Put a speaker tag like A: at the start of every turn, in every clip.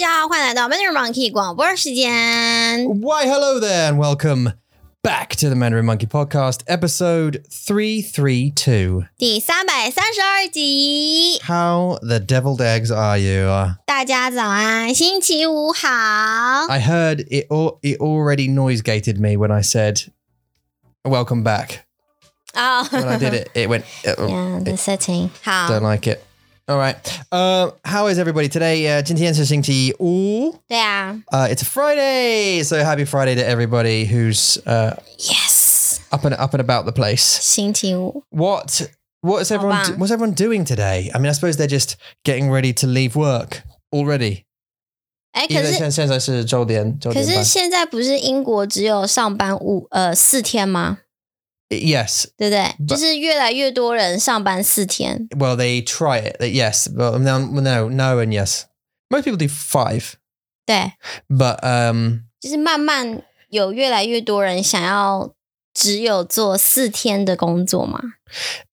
A: 到 Mandarin Monkey 广播时间。
B: Why, hello there, and welcome back to the Mandarin Monkey Podcast, episode 332.
A: 第三百三十二集，
B: How the deviled eggs are you?
A: 大家早安，星期五好。
B: I heard it, al- it already noise gated me when I said, Welcome back.
A: 哦，
B: When I did it, it went, "Oh,
A: Yeah, the setting 好
B: don't，like it. All right. Uh, how is everybody today? Uh, 今天是星期五.
A: 对啊
B: Uh, it's a Friday, so happy Friday to everybody who's uh,
A: ，Yes，
B: up and up and about the place.
A: 星期五，
B: What what's everyone
A: bang.
B: what's everyone doing today? I mean, I suppose they're just getting ready to leave work already.
A: 哎，可
B: 因为
A: 是
B: 现现在是九点九
A: 可
B: 点
A: 是
B: 半。
A: 现在不是英国只有上班五呃四天吗？
B: Yes,
A: 对不对？
B: 不
A: 就是越来越多人上班四天，
B: well, they try it. that Yes, but no, no, no, and yes. Most people do five,
A: 对，
B: but um,
A: 就是慢慢有越来越多人想要只有做四天的工作嘛。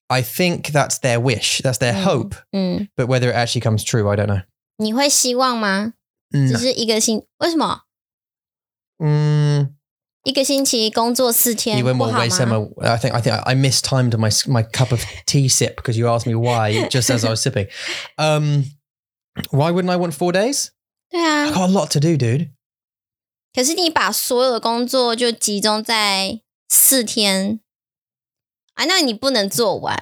B: I think that's their wish. That's their
A: Mm.
B: hope.
A: 嗯，
B: But whether it actually comes true, I don't know.
A: 你会希望吗？只
B: Mm.
A: 是一个星，为什么
B: Mm.
A: 一个星期工作四天
B: You
A: 不
B: went
A: 好
B: way
A: 吗？
B: summer. I think I think I- I mistimed my s- my cup of tea sip because you asked me why just as I was sipping. Um, why wouldn't I want four days?
A: 对
B: I
A: 啊，
B: got a lot to do, dude.
A: 可是你把所有的工作就集中在四天啊，那你不能做完，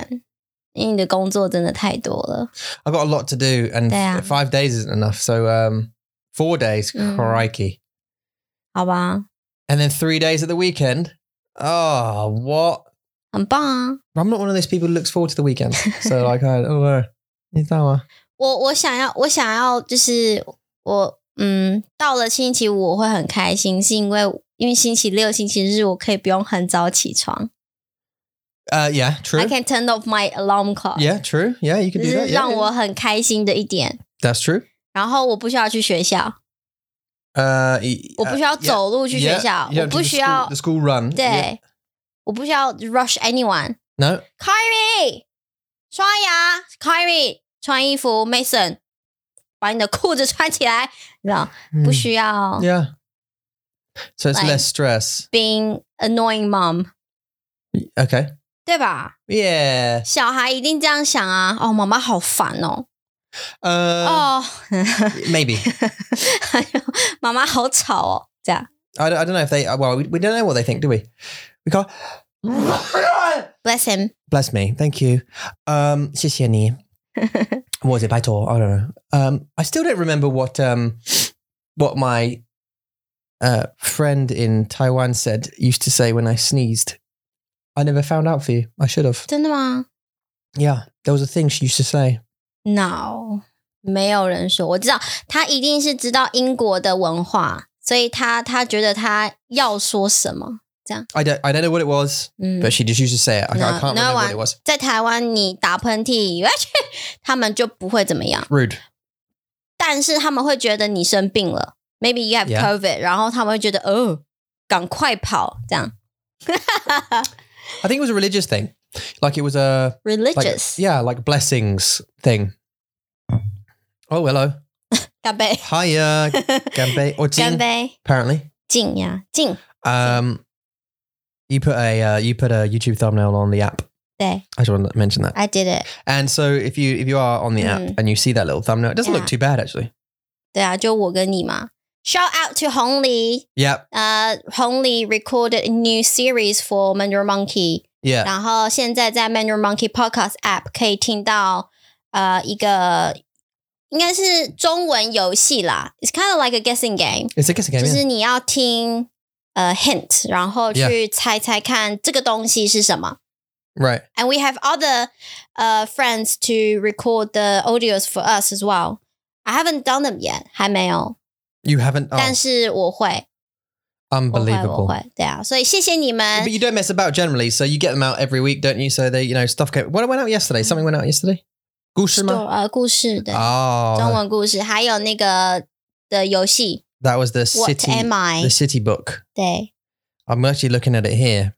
A: 因为你的工作真的太多了。
B: I got a lot to do, and
A: Yeah.
B: f- five days isn't enough. So um, four days,
A: Mm.
B: crikey,
A: 好吧，
B: and then three days at the weekend. Oh, what?
A: 很棒啊！
B: I'm not one of those people who looks forward to the weekend. So like, I, oh, uh, is that one?
A: 我我想要，我想要就是我嗯，到了星期五我会很开心，是因为因为星期六、星期日我可以不用很早起床
B: Uh, yeah, true.
A: ，I can turn off my alarm clock，
B: Yeah, true. Yeah, you
A: 这
B: could do
A: 是
B: that. Yeah,
A: 让
B: yeah.
A: 我很开心的一点。
B: That's true.
A: 然后我不需要去学校，
B: Uh, y-
A: 我
B: uh,
A: 不需要
B: yeah.
A: 走路去
B: 呃 Yeah,
A: 学校
B: you，don't
A: 我
B: do
A: 不
B: the
A: 需
B: school-
A: 要
B: the school run. Yeah.
A: 对，我不需要 rush anyone。
B: No.
A: Kyrie，刷牙，Kyrie，穿衣服，Mason，把你的裤子穿起来，你知道，不
B: Mm.
A: 需要
B: Yeah. So it's
A: Like-
B: less stress.
A: being annoying mom，
B: Okay.
A: 对吧？
B: Yeah.
A: 小孩一定这样想啊！哦，妈妈好烦哦！
B: Uh,
A: 哦，
B: Maybe.
A: 还有妈妈好吵哦！这样
B: I don't, I don't know if they. Well, we, we don't know what they think, do we? We can't.
A: ，bless him，
B: Bless me. Thank you. Um, 谢谢你. what was it? 拜托. I don't know. Um, I still don't remember what um, what my uh, friend in Taiwan said used to say when I sneezed. I never found out for you. I should have.
A: 真的吗
B: Yeah, there was a thing she used to say.
A: ？No，没有人说。我知道他一定是知道英国的文化，所以他他觉得他要说什么。
B: I don't. I don't know what it was,
A: 嗯，
B: but she just used to say it.
A: Mm.
B: I,
A: No,
B: I can't
A: no
B: remember
A: one-
B: what it was.
A: 在台湾你打喷嚏，他们就不会怎么样，
B: Rude.
A: 但是他们会觉得你生病了，maybe you have
B: Yeah.
A: COVID，、然后他们会觉得哦，赶快跑这样。
B: I think it was a religious thing. Like it was a like,
A: Religious，
B: yeah, like blessings thing. Oh, hello.
A: 干 杯。
B: Hiya, Gambe
A: 干
B: or Jin,
A: 杯，
B: apparently.
A: 敬呀敬，
B: Um, you put a uh, you put a YouTube thumbnail on the app.
A: 对
B: I just wanted to mention that.
A: ，I did it，
B: And so if you if you are on the app
A: Mm.
B: and you see that little thumbnail, it doesn't
A: Yeah.
B: look too bad actually.
A: 对啊，就我跟你嘛。Shout out to 红梨，
B: Yeah,
A: 呃，红梨 recorded a new series for Mandarin Monkey，
B: yeah,
A: 然后现在在 Mandarin Monkey Podcast App 可以听到呃一个应该是中文游戏啦，It's kind of like a guessing game，
B: it's a guessing game.
A: 就
B: yeah.
A: 是你要听呃 hint，然后
B: Yeah
A: 去猜猜看这个东西是什么。
B: Right.
A: and we have other uh, friends to record the audios for us as well. I haven't done them yet，还没有，
B: You haven't. Oh,
A: 但是我会，我会，我
B: unbelievable.
A: 会，对啊，所以谢谢你们
B: But you don't mess about generally, so you get them out every week, don't you? So they, you know, stuff came. What went out yesterday? Something went out yesterday.
A: 做
B: 故事吗？
A: 呃故事的、中
B: Oh,
A: 文故事，还有那个的游戏
B: that was the
A: What
B: city,
A: am I？
B: the city book.
A: 对，
B: I'm actually looking at it here.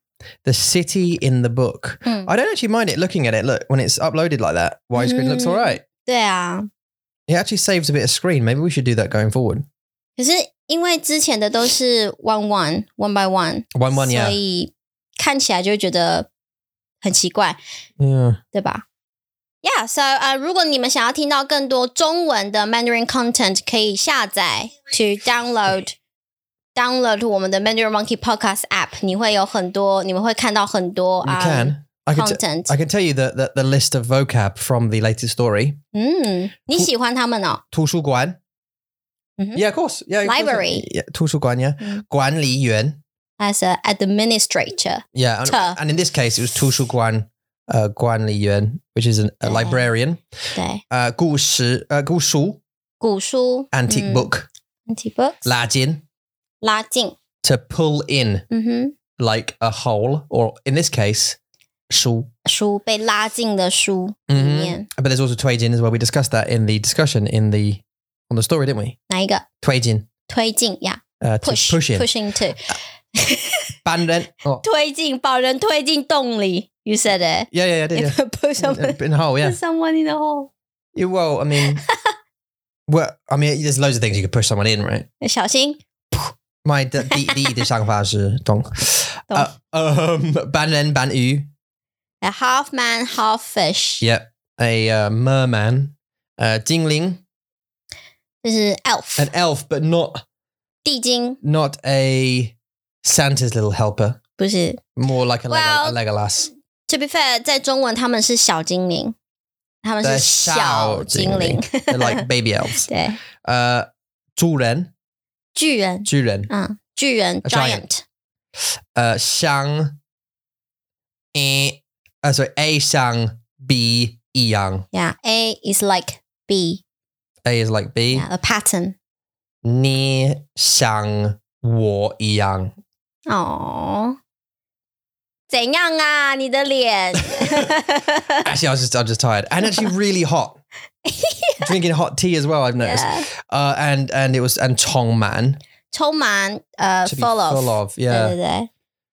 B: The city in the book.
A: 嗯，
B: I don't actually mind it looking at it. Look, when it's uploaded like that, widescreen looks all
A: Mm.
B: right.
A: 对啊，
B: It actually saves a bit of screen. Maybe we should do that going forward.
A: 可是因为之前的都是 one one one by one，
B: One one,
A: 所
B: yeah.
A: 以看起来就会觉得很奇怪，
B: Yeah.
A: 对吧？Yeah, so 呃、如果你们想要听到更多中文的 Mandarin content，可以下载 to download download 我们的 Mandarin Monkey Podcast app，你会有很多，你们会看到很多
B: You
A: 啊、
B: can. I can, t-
A: content。
B: I can tell you the, the, the list of vocab from the latest story.
A: 嗯，你喜欢他们哦？
B: 图书馆.
A: Mhm.
B: Yeah, of course. Yeah, of course.
A: Library.
B: Yeah, 图书馆, yeah.
A: Mm.
B: 管理员.
A: as an administrator.
B: Yeah. And,
A: Tuh.
B: and in this case, it was 图书馆, uh, 管理员, which is an, a
A: Yeah.
B: librarian.
A: 对，
B: Uh, 故事, uh, 故书,
A: 古书
B: antique
A: 嗯
B: book.
A: antique book
B: 拉近,
A: 拉近，
B: to pull in
A: 嗯哼，
B: like a hole, or in this case, 书.
A: 书被拉进的书里
B: Mhm.
A: 面
B: But there's also Tweijin as well. We discussed that in the discussion in the on the story, didn't we?
A: 哪一个
B: Tweijin.
A: 推进呀
B: Uh, to
A: ？push
B: push in.
A: pushing to
B: 搬人- Oh,
A: 推进，把人推进洞里。You said it.
B: yeah, yeah, yeah, I did, yeah.
A: Put someone,
B: In- in a hole, yeah.
A: put someone in the hole.
B: yeah. Well, I mean, well, I mean, there's loads of things you could push someone in, right?
A: 小心
B: My the the the
A: Dong.
B: Um, 搬人, ban yu.
A: ，a half man, half fish，
B: Yep. A uh, merman. Uh, Jingling,
A: 就是
B: an
A: elf
B: elf, but not
A: 地精，
B: not a Santa's little helper.
A: 不是。
B: More like a
A: Well,
B: lega, a Legolas.
A: To be fair，在中文他们是小精灵，他们
B: 对
A: 是小
B: 小
A: 精
B: 精
A: 灵
B: 灵，They're like baby elves.
A: 对，
B: Uh, 主人,
A: 巨人，
B: 巨人,
A: 嗯，巨人
B: A
A: giant
B: giant. uh, 香, eh, uh, sorry, A 香, B 一样.
A: Yeah, A is like B.
B: A is like B.
A: Yeah, a pattern.
B: 你像我一样.
A: Oh. 怎样啊？你的 脸
B: Actually, I was just, I'm just tired. And actually really hot. Drinking hot tea as well, I've noticed.
A: Yeah.
B: Uh, and, and it was, and Chong Man.
A: 充满呃
B: To be
A: full of，
B: full of,
A: 对对
B: yeah.
A: 对，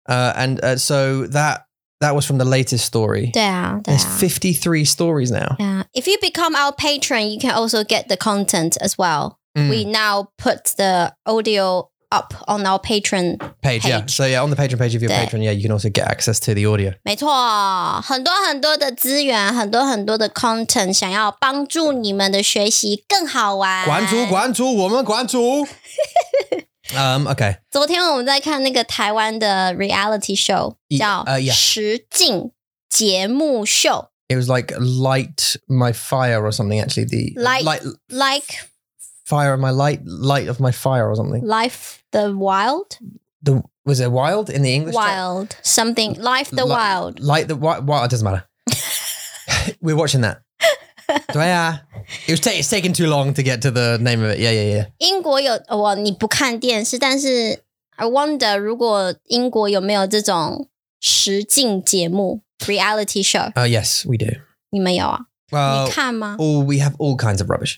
B: Uh, and uh, so that, that was from the latest story.
A: 对啊对
B: There's
A: 啊。
B: 53 stories now.
A: Yeah, if you become our patron, you can also get the content as well.
B: Mm.
A: We now put the audio up on our patron
B: page, yeah.
A: page.
B: So yeah, on the Patreon page, if you're a
A: There.
B: patron, yeah, you can also get access to the audio.
A: 没错，很多很多的资源，很多很多的 content，想要帮助你们的学习更好玩。
B: 馆主，馆主，我们馆主。um, okay.
A: 昨天我们在看那个台湾的 reality show，
B: 一
A: 叫
B: 呃
A: 《
B: 呀
A: 实境节目秀
B: It was like light my fire or something. Actually, the
A: Light-》，like
B: fire of my light, light of my fire or something.
A: Life the Wild,
B: The was it wild in the English? title?
A: Wild something, Life the
B: Li-
A: Wild，
B: Light the wild. Wild it doesn't matter. We're watching that. yeah, it was ta- it's taking too long to get to the name of it. Yeah, yeah, yeah.
A: 英国有呃我你不看电视，但是 I wonder 如果英国有没有这种实境节目 reality show，
B: Oh yes, we do.
A: 你们有啊？
B: Well,
A: 你看吗？
B: all we have all kinds of rubbish.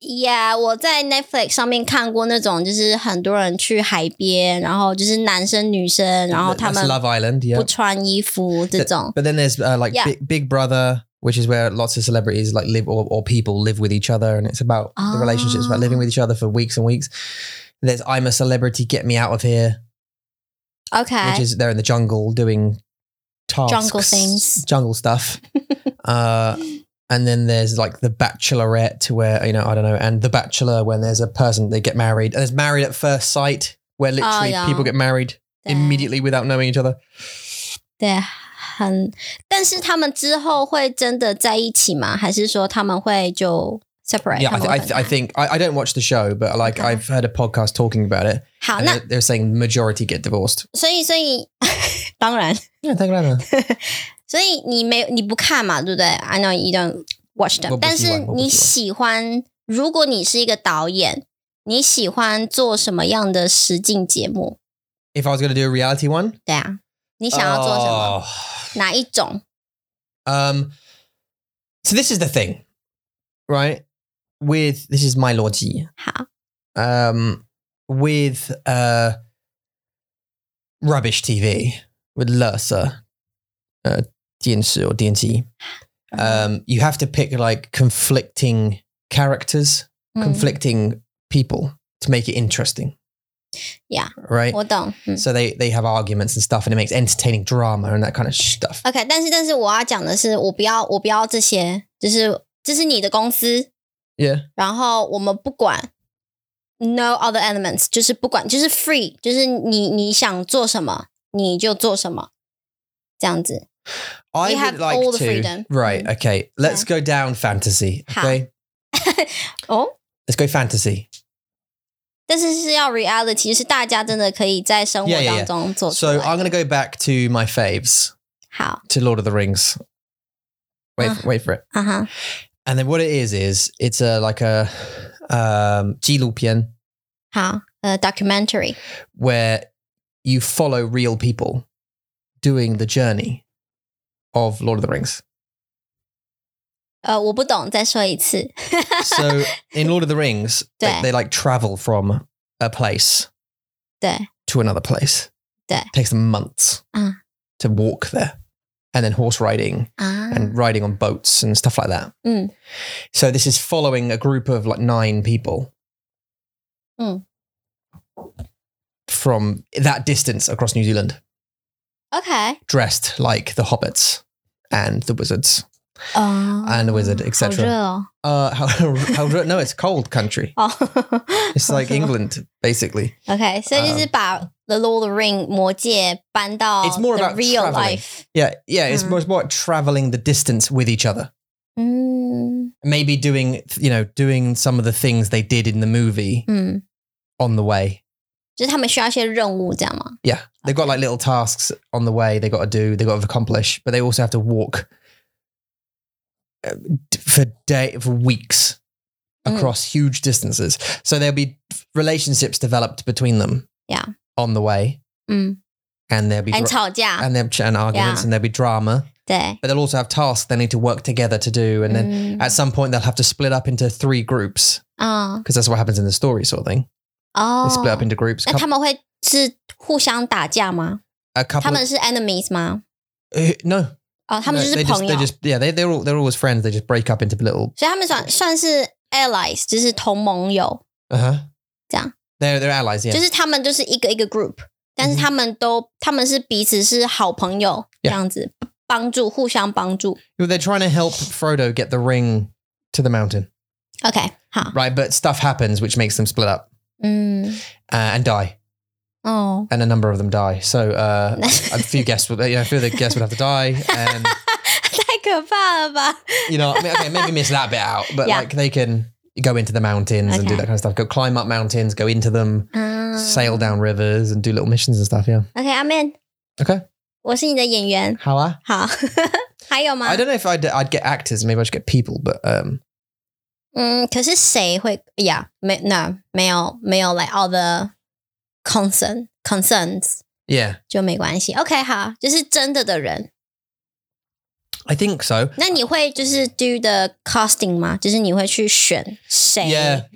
A: Yeah，我在 Netflix 上面看过那种，就是很多人去海边，然后就是男生女生，然后
B: That's
A: 他们
B: Love Island. Yeah,
A: 不穿衣服这种。
B: But then there's uh, like
A: Yeah.
B: Big, Big Brother, which is where lots of celebrities like live or, or people live with each other, and it's about the relationships about
A: Ah.
B: living with each other for weeks and weeks. There's I'm a celebrity, get me out of here, which
A: OK，
B: is they're in the jungle doing tasks,
A: Jungle things.
B: jungle stuff. uh, and then there's like the Bachelorette, where you know I don't know, and the Bachelor when there's a person they get married, and there's married at first sight, where literally
A: Oh, yeah.
B: people get married
A: 对
B: immediately without knowing each other.
A: 对，很。但是他们之后会真的在一起吗？还是说他们会就 separate？
B: yeah,
A: 他
B: I,
A: 们
B: th-
A: 会
B: I,
A: 分
B: th-
A: 开
B: I think I, I don't watch the show, but like
A: Okay.
B: I've heard a podcast talking about it,
A: 好，
B: and
A: 那
B: they're, they're saying majority get divorced.
A: 所以所以 当然，
B: Yeah, thank you. Lana.
A: 所以你没你不看嘛，对不对？I know you don't watch
B: 我
A: them，
B: 不
A: 但
B: 喜欢
A: 是
B: 我不
A: 你
B: 喜
A: 喜欢，如果你是一个导演，你喜欢做什么样的实境节目？
B: if I was going to do a reality one,
A: 对啊，你想要做什
B: 哦
A: 么？哪一种？
B: Oh. um, so this is the thing, right? With this is my logic.
A: 好，
B: Um, with uh, rubbish TV with Lursa, uh, 电视 or 电机,
A: Uh-huh.
B: um, you have to pick like conflicting characters.
A: 嗯
B: conflicting people to make it interesting.
A: Yeah.
B: Right.
A: 我懂，嗯。
B: So they they have arguments and stuff, and it makes entertaining drama and that kind of stuff.
A: OK，但是但是我要讲的是，我不要我不要这些，就是这是你的公司，
B: Yeah.
A: 然后我们不管 no other elements，就是不管就是 free，就是你你想做什么你就做什么，这样子。
B: I
A: You
B: would
A: have
B: like
A: all the
B: to.
A: freedom.
B: Right.
A: Mm.
B: Okay. Let's go down fantasy.
A: Ha.
B: Okay.
A: 哦，
B: Let's go fantasy.
A: 但是是要 reality，就是大家真的可以在生活
B: Yeah,
A: 当
B: yeah, yeah.
A: 中做出
B: So
A: 来。
B: I'm going to go back to my faves,
A: 好，
B: to Lord of the Rings. Wait,
A: Ah.
B: wait for it.
A: 啊哈，
B: And then what it is is it's a like a um, 纪录片
A: 好，呃，documentary，
B: where you follow real people doing the journey of Lord of the Rings.
A: 呃，我不懂，再说一次。
B: So in Lord of the Rings, they,
A: Yeah.
B: they like travel from a place
A: 对，
B: to another place.
A: Yeah.
B: takes them months
A: Ah.
B: to walk there, and then horse riding
A: 啊，
B: and riding on boats and stuff like that.
A: Mm.
B: So this is following a group of like nine people
A: Mm.
B: from that distance across New Zealand,
A: OK，
B: dressed like the hobbits and the wizards.
A: 哦
B: And the wizard, etc.
A: 好热哦，
B: Uh, how, how no, it's cold country.
A: 哦，
B: It's
A: 好
B: like
A: 热
B: 呃 England, basically.
A: OK，所以就是把《The Lord of the Ring》魔戒搬到
B: It's more
A: the
B: about
A: real
B: traveling.
A: life。
B: Yeah, yeah. It's
A: Mm.
B: more about traveling the distance with each other.
A: 嗯
B: Maybe doing, you know, doing some of the things they did in the movie
A: 嗯，
B: on the way.
A: 就是他们需要一些任务，这样吗？
B: Yeah, they've got like little tasks on the way they got to do, they got to accomplish, but they also have to walk uh, d- for day for weeks
A: Mm.
B: across huge distances. So there'll be relationships developed between them.
A: Yeah.
B: on the way,
A: 嗯，
B: and there'll be
A: 很
B: dra-
A: 吵架，
B: and there'll be and arguments,
A: Yeah.
B: and there'll be drama,
A: 对，嗯
B: but they'll also have tasks they need to work together to do, and then.
A: then
B: At some point, they'll have to split up into three groups
A: 啊
B: because that's what happens in the story, sort of thing.
A: 哦
B: They，split up into groups.
A: 那
B: coup-
A: 他们会是互相打架吗？
B: a
A: 他
B: couple.
A: 们是 enemies 吗？
B: uh, no,
A: 哦，他们
B: No,
A: 就是
B: they
A: 朋
B: just,
A: 友
B: they，just yeah they they're all they're always friends. They just break up into little.
A: 所以他们算算是 allies，就是同盟友，
B: Uh huh.
A: Yeah.
B: They're they're allies. Yeah.
A: 就是他们就是一个一个 group，但是
B: 嗯
A: 他们都他们是彼此是好朋友，这
B: Yeah
A: 样子帮助互相帮助。
B: they're trying to help Frodo get the ring to the mountain,
A: OK，好，
B: right? But stuff happens which makes them split up
A: 嗯，
B: uh, and die,
A: 哦，
B: and a number of them die. So uh, a few guests would yeah, a few of the guests would have to die, and
A: 太可怕了吧
B: you know I mean, okay maybe miss that bit out, but
A: Yeah.
B: like they can go into the mountains and do
A: Okay. Uh.
B: that kind of stuff. Go climb up mountains, go into them,
A: 啊
B: sail down rivers, and do little missions and stuff. Yeah.
A: OK，阿 Man，
B: Okay.
A: 我是你的演员。
B: How are?
A: 好，还有吗
B: I？don't know if I'd, I'd get actors. Maybe I should get people, but um,
A: 嗯，可是谁会呀没那没有没有 like all the concern concerns
B: yeah,
A: 就没关系。OK，好，就是真的的人。
B: I think so.
A: 那你会就是 do the casting 吗？就是你会去选谁
B: Yeah,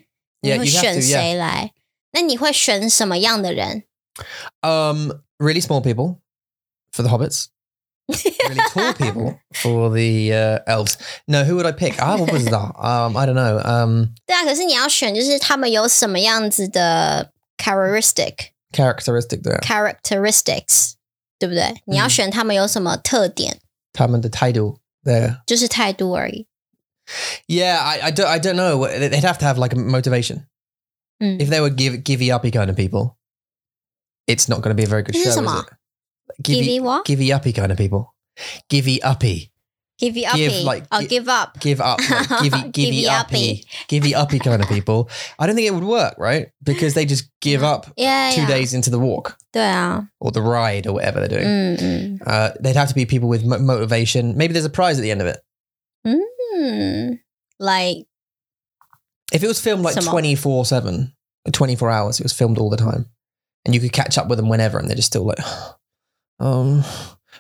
A: 你
B: yeah,
A: 会
B: you'd have
A: 选
B: to, yeah.
A: 谁来？那你会选什么样的人？
B: Um, really small people for the hobbits. really tall people for the uh, elves. No, who would I pick? Ah, what was that? Um, I don't know. Um,
A: 对啊，可是你要选，就是他们有什么样子的 characteristic
B: characteristic there.
A: characteristics，对不对？你要
B: 嗯
A: 选他们有什么特点，
B: Time and the title there.
A: 就是态度而已。
B: Yeah, I, I don't. I don't know. They'd have to have like a motivation.
A: Mm.
B: If they were give givey uppy kind of people, it's not going to be a very good
A: This
B: show.
A: is
B: Is
A: a
B: it?
A: mark.
B: Givey,
A: Givey what?
B: givey uppy kind of people. Givey uppy.
A: Give you up,
B: Give, like,
A: oh,
B: gi-
A: give up.
B: give up, like, givey, givey
A: Givey
B: uppy, givey uppy kind of people. I don't think it would work, right? Because they just give up
A: Yeah,
B: two
A: yeah.
B: days into the walk
A: 对啊，
B: or the ride or whatever they're doing.
A: 嗯嗯
B: Uh, they'd have to be people with mo- motivation. Maybe there's a prize at the end of it.
A: 嗯，like
B: If it was filmed like
A: Some more.
B: 24 7, 24 hours, it was filmed all the time. And you could catch up with them whenever, and they're just still like, um,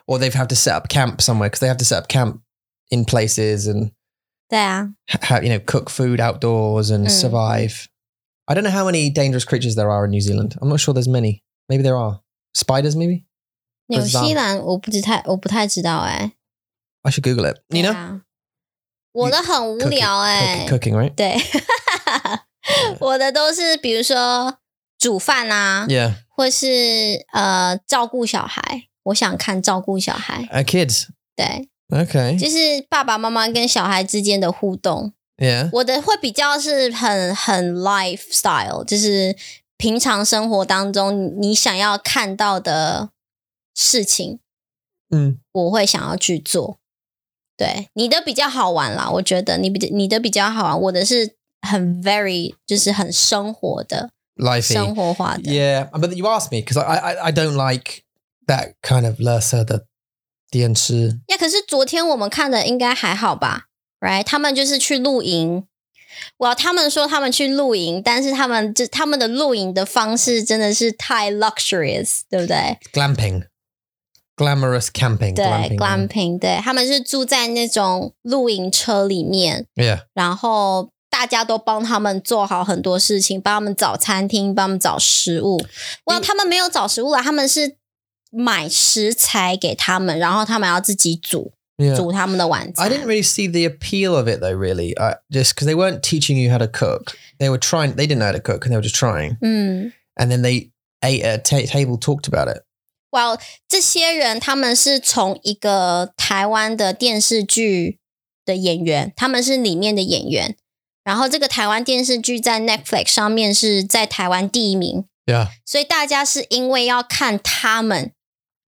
B: or they've had to set up camp somewhere because they have to set up camp in places and
A: 对啊，
B: h- how you know cook food outdoors and
A: Mm.
B: survive. I don't know how many dangerous creatures there are in New Zealand. I'm not sure there's many. Maybe there are spiders. Maybe
A: 纽
B: Bizarre
A: 西兰我不知太我不太知道哎、
B: I should Google it.
A: 对
B: You know,
A: 啊我的很无
B: Cook it-
A: 聊
B: cook-
A: 哎、
B: cooking right?
A: 对，我的都是比如说煮饭啊
B: Yeah.
A: 或是呃照顾小孩。我想看照顾小孩，
B: Uh, kids.
A: 对，
B: Okay.
A: 就是爸爸妈妈跟小孩之间的互动。
B: Yeah.
A: 我的会比较是很很 lifestyle，就是平常生活当中你想要看到的事情，
B: Mm.
A: 我会想要去做。对，你的比较好玩啦，我觉得你比你的比较好玩，我的是很 very 就是很生活的、生
B: Lifey.
A: 活化的。
B: Yeah. Uh, But you asked me because I, I I don't like that kind of lursa the the answer.
A: 呀，可是昨天我们看的应该还好吧？Right，他们就是去露营。哇，他们说他们去露营，但是他们就他们的露营的方式真的是太 luxurious，对不对？
B: Glamping. Glamorous camping.
A: 对
B: glamping. 啊
A: ，glamping，对他们是住在那种露营车里面，
B: Yeah.
A: 然后大家都帮他们做好很多事情，帮他们找餐厅，帮他们找食物。
B: 嗯
A: 哇，他们没有找食物啦，他们是买食材给他们，然后他们要自己煮
B: Yeah.
A: 煮他们的晚餐。
B: I didn't really see the appeal of it though, really. I, just because they weren't teaching you how to cook. They were trying, they didn't know how to cook and they were just trying.
A: 嗯。
B: And then they ate at a ta- table, talked about it.
A: 哇、这些人他们是从一个台湾的电视剧的演员，他们是里面的演员。然后这个台湾电视剧在 Netflix 上面是在台湾第一名，
B: Yeah.
A: 所以大家是因为要看他们，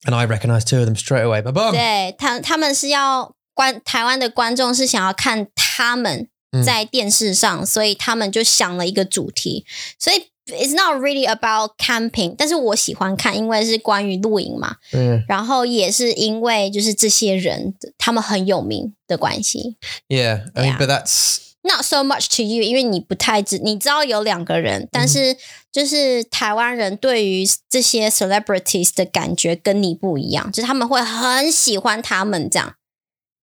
B: And I recognized two of them straight away. But bum.
A: 对他他们是要观台湾的观众是想要看他们
B: 嗯
A: 在电视上，所以他们就想了一个主题，所以 It's not really about camping，但是我喜欢看，因为是关于露营嘛，
B: Yeah.
A: 然后也是因为就是这些人他们很有名的关系
B: yeah. I
A: Yeah.
B: mean, but that's,
A: ，not so much to you，因为你不太知你知道有两个人，但是就是台湾人对于这些 celebrities 的感觉跟你不一样，就是他们会很喜欢他们这样。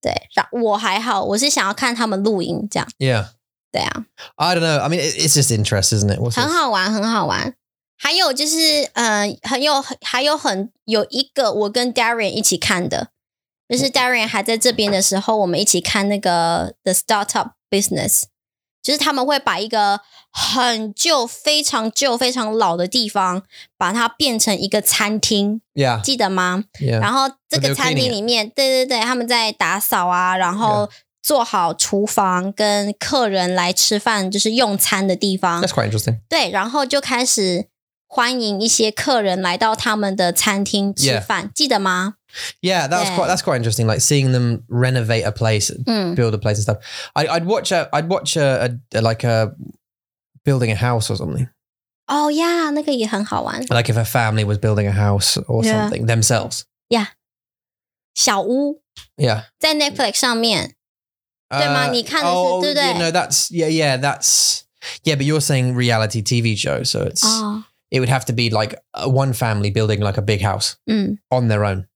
A: 对，然我还好，我是想要看他们录音这样。
B: yeah.
A: 对啊，
B: I don't know. I mean, it, it's just interest, isn't it? What's
A: 很
B: this?
A: 好玩，很好玩。还有就是，呃，很有还有很有一个我跟 Darren 一起看的，就是 Darren 还在这边的时候，我们一起看那个 The Startup Business，就是他们会把一个很旧、非常旧、非常老的地方，把它变成一个餐厅，
B: Yeah.
A: 记得吗？
B: Yeah.
A: 然后这
B: But
A: 个
B: they're
A: 餐厅
B: cleaning it.
A: 里面，对对对，他们在打扫啊，然后做好厨房跟客人来吃饭，就是用餐的地方
B: That's。quite interesting.
A: 对，然后就开始欢迎一些客人来到他们的餐厅吃
B: Yeah
A: 饭，记得吗？
B: Yeah.
A: Yeah.
B: That's
A: Mm-hmm.
B: quite, that's quite interesting. Like seeing them renovate a place
A: 嗯，
B: build a place and stuff. I, I'd watch a, I'd watch a, a, like a building a house or something.
A: 哦呀，那个也很好玩，
B: Like if a family was building a house or
A: Yeah.
B: something themselves.
A: 小屋
B: Yeah.
A: 在 Netflix 上面，
B: Uh,
A: 对吗？你看的是，
B: oh,
A: 对不对？
B: you know, that's yeah, yeah, that's yeah. But you're saying reality TV show, so it's
A: 哦，
B: it would have to be like uh, one family building like a big house
A: 嗯
B: on their own,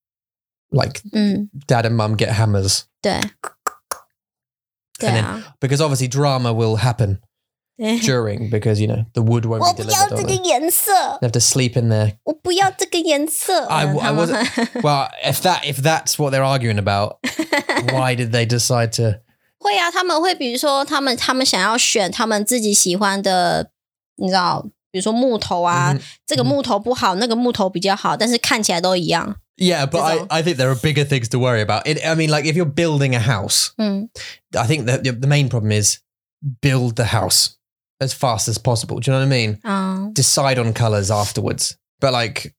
B: like
A: 嗯，
B: dad and mum get hammers
A: 对，对
B: And then-
A: 啊，
B: because obviously drama will happen
A: 对
B: during because you know the wood won't
A: 我
B: be
A: 不要
B: delivered.
A: 这
B: On
A: 个
B: they?
A: 颜色，
B: they have to sleep in there
A: 我不要这个颜色。
B: I-
A: 嗯
B: I
A: 他们
B: Well, if that if that's what they're arguing about, why did they decide to?
A: 会啊，他们会比如说，他们他们想要选他们自己喜欢的，你知道，比如说木头啊，
B: Mhm.
A: 这个木头不好，那个木头比较好，但是看起来都一样。
B: Yeah, but
A: Bizarre.
B: I, I think there are bigger things to worry about. It, I mean, like if you're building a house,
A: 嗯
B: I think that the, the main problem is build the house as fast as possible. Do you know what I mean?
A: 啊，
B: Decide on colors afterwards, but like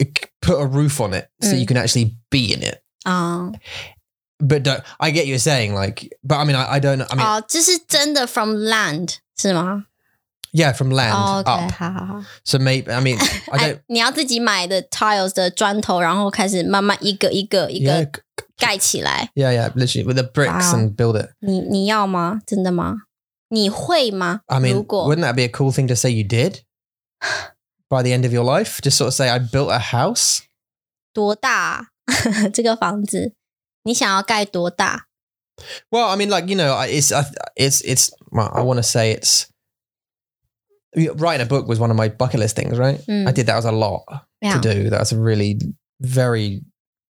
B: c- put a roof on it so
A: Mm.
B: you can actually be in it.
A: 啊
B: But don't, I get you're saying like, but I mean, I, I don't. I mean,
A: 哦，这是真的 from land 是吗？
B: yeah, from land 啊
A: 哦，OK，
B: up.
A: 好好好。
B: So maybe I mean, I don't.
A: 哎，你要自己买的 tiles 的砖头，然后开始慢慢一个一个一
B: yeah,
A: 个盖起来。
B: yeah, yeah. Literally with the bricks
A: Wow.
B: and build it.
A: 你你要吗？真的吗？你会吗
B: I？
A: 如
B: mean,
A: 果
B: wouldn't that be a cool thing to say you did by the end of your life? Just sort of say, I built a house.
A: 多大 啊这个房子？你想要盖多大？
B: Well, I mean, like you know, I- it's I, it's it's. Well, I want to say it's you- writing a book was one of my bucket list things. Right,
A: Mm.
B: I did that was a lot
A: Yeah.
B: to do. That was a really very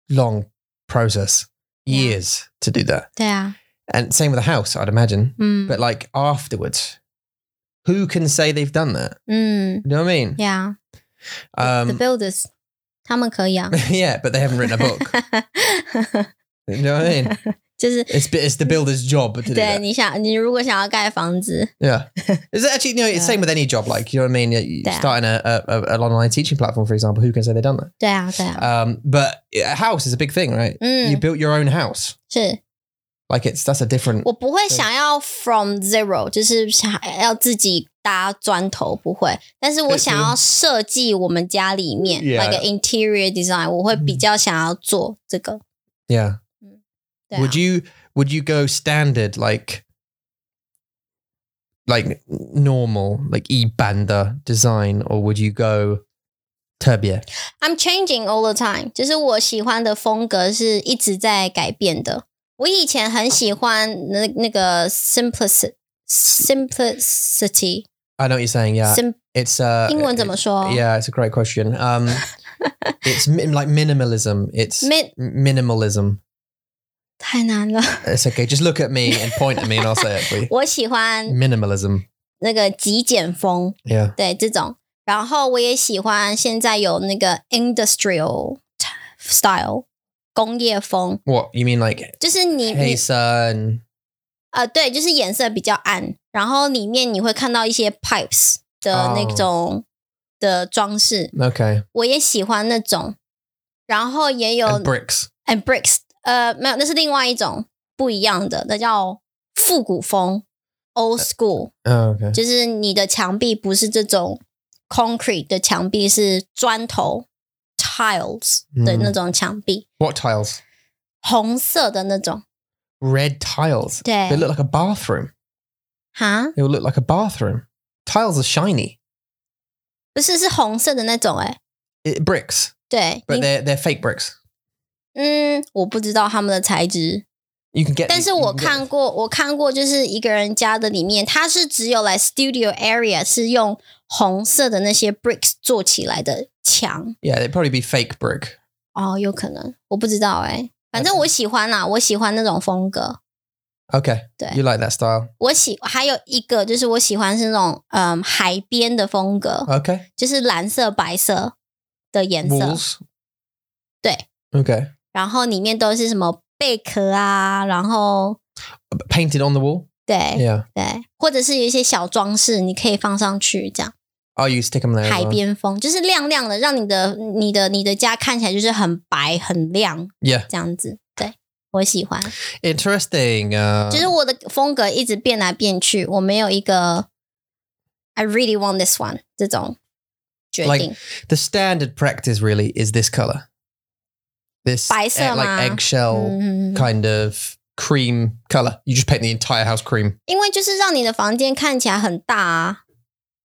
B: long process,
A: Yeah.
B: years to do that.
A: 对啊，Mm.
B: And same with a house, I'd imagine.
A: 嗯
B: But like afterwards, who can say they've done that?
A: 嗯
B: You know what I mean?
A: ，Yeah，the
B: Um,
A: builders，他们可以啊，
B: yeah, but they haven't written a book. you know what I mean?
A: 就是。
B: It's it's the builder's job to do
A: 对，
B: that.
A: 你想，你如果想要盖房子，
B: Yeah, is it actually you know it's
A: Yeah.
B: same with any job? Like you know what I mean? You-
A: Yeah.
B: Starting a, a, a an online teaching platform, for example, who can say they've done that?
A: 对啊，对啊，
B: Um, but a house is a big thing, right? You
A: 嗯，
B: built your own house.
A: 是
B: Like it's that's a different.
A: 我不会想要 from zero，就是想要自己搭砖头，不会。但是我想要设计我们家里面
B: Yeah.
A: 那个 interior design，我会比较想要做这个。
B: Yeah.
A: 对啊
B: Would you would you go standard like like normal like e banda design or would you go turbia?
A: I'm changing all the time，就是我喜欢的风格是一直在改变的。我以前很喜欢那那个 simplicity simplicity
B: I know what you're saying. Yeah,
A: sim
B: it's uh,
A: 英文怎么说
B: yeah, it's a great question. Um, it's min- like minimalism. It's
A: Min-
B: minimalism.
A: 太难了。
B: It's okay. Just look at me and point at me, and I'll say it for you.
A: 我喜欢
B: Minimalism.
A: 那个极简风。
B: Yeah.
A: 对这种。然后我也喜欢现在有那个 industrial style 工业风，
B: What you mean, like
A: 就是你你
B: hey son?
A: 呃对，就是颜色比较暗，然后里面你会看到一些 pipes 的那
B: 哦
A: 种的装饰，
B: Okay.
A: 我也喜欢那种。然后也有
B: And bricks.
A: and bricks，呃，没有，那是另外一种不一样的，那叫复古风 old school。
B: Oh, okay.
A: 就是你的墙壁不是这种 concrete 的墙壁，是砖头 tiles 的那种墙壁，
B: What tiles?
A: 红色的那种。
B: Red tiles. They
A: 对，
B: look like a bathroom.
A: 哈，
B: It will look like a bathroom. Tiles are shiny.
A: 不是是红色的那种、欸，哎，
B: It, bricks,
A: 对，
B: but
A: 你
B: they're they're fake bricks.
A: 嗯，我不知道他们的材质，
B: You can get.
A: 但是
B: you
A: 我
B: can get-
A: 看过，我看过，就是一个人家的里面，它是只有来 studio area 是用红色的那些 bricks 做起来的墙，
B: Yeah, they'd probably be fake brick.
A: 哦，有可能，我不知道、欸，哎，反正我喜欢啦，我喜欢那种风格。
B: Okay.
A: Yeah.
B: You like that style?
A: 我喜还有一个就是我喜欢是那种嗯海边的风格，
B: Okay.
A: 就是蓝色白色的颜色，
B: Walls.
A: 对。
B: Okay.
A: 然后里面都是什么贝壳啊，然后
B: Painted on the wall.
A: 对
B: Yeah.
A: 对，或者是有一些小装饰，你可以放上去这样。
B: Oh, you stick them there. as
A: 海
B: well.
A: 边风就是亮亮的，让你的你的你的家看起来就是很白很亮
B: Yeah. 嗯
A: 这样子。对我喜欢，
B: Interesting. Uh,
A: 就是我的风格一直变来变去，我没有一个 I really want this one 这种决
B: Like-
A: 定。
B: the standard practice really is this color. This
A: By
B: e-
A: summer.
B: like eggshell
A: 嗯，
B: kind of cream color. You just paint the entire house cream.
A: 因为就是让你的房间看起来很大啊。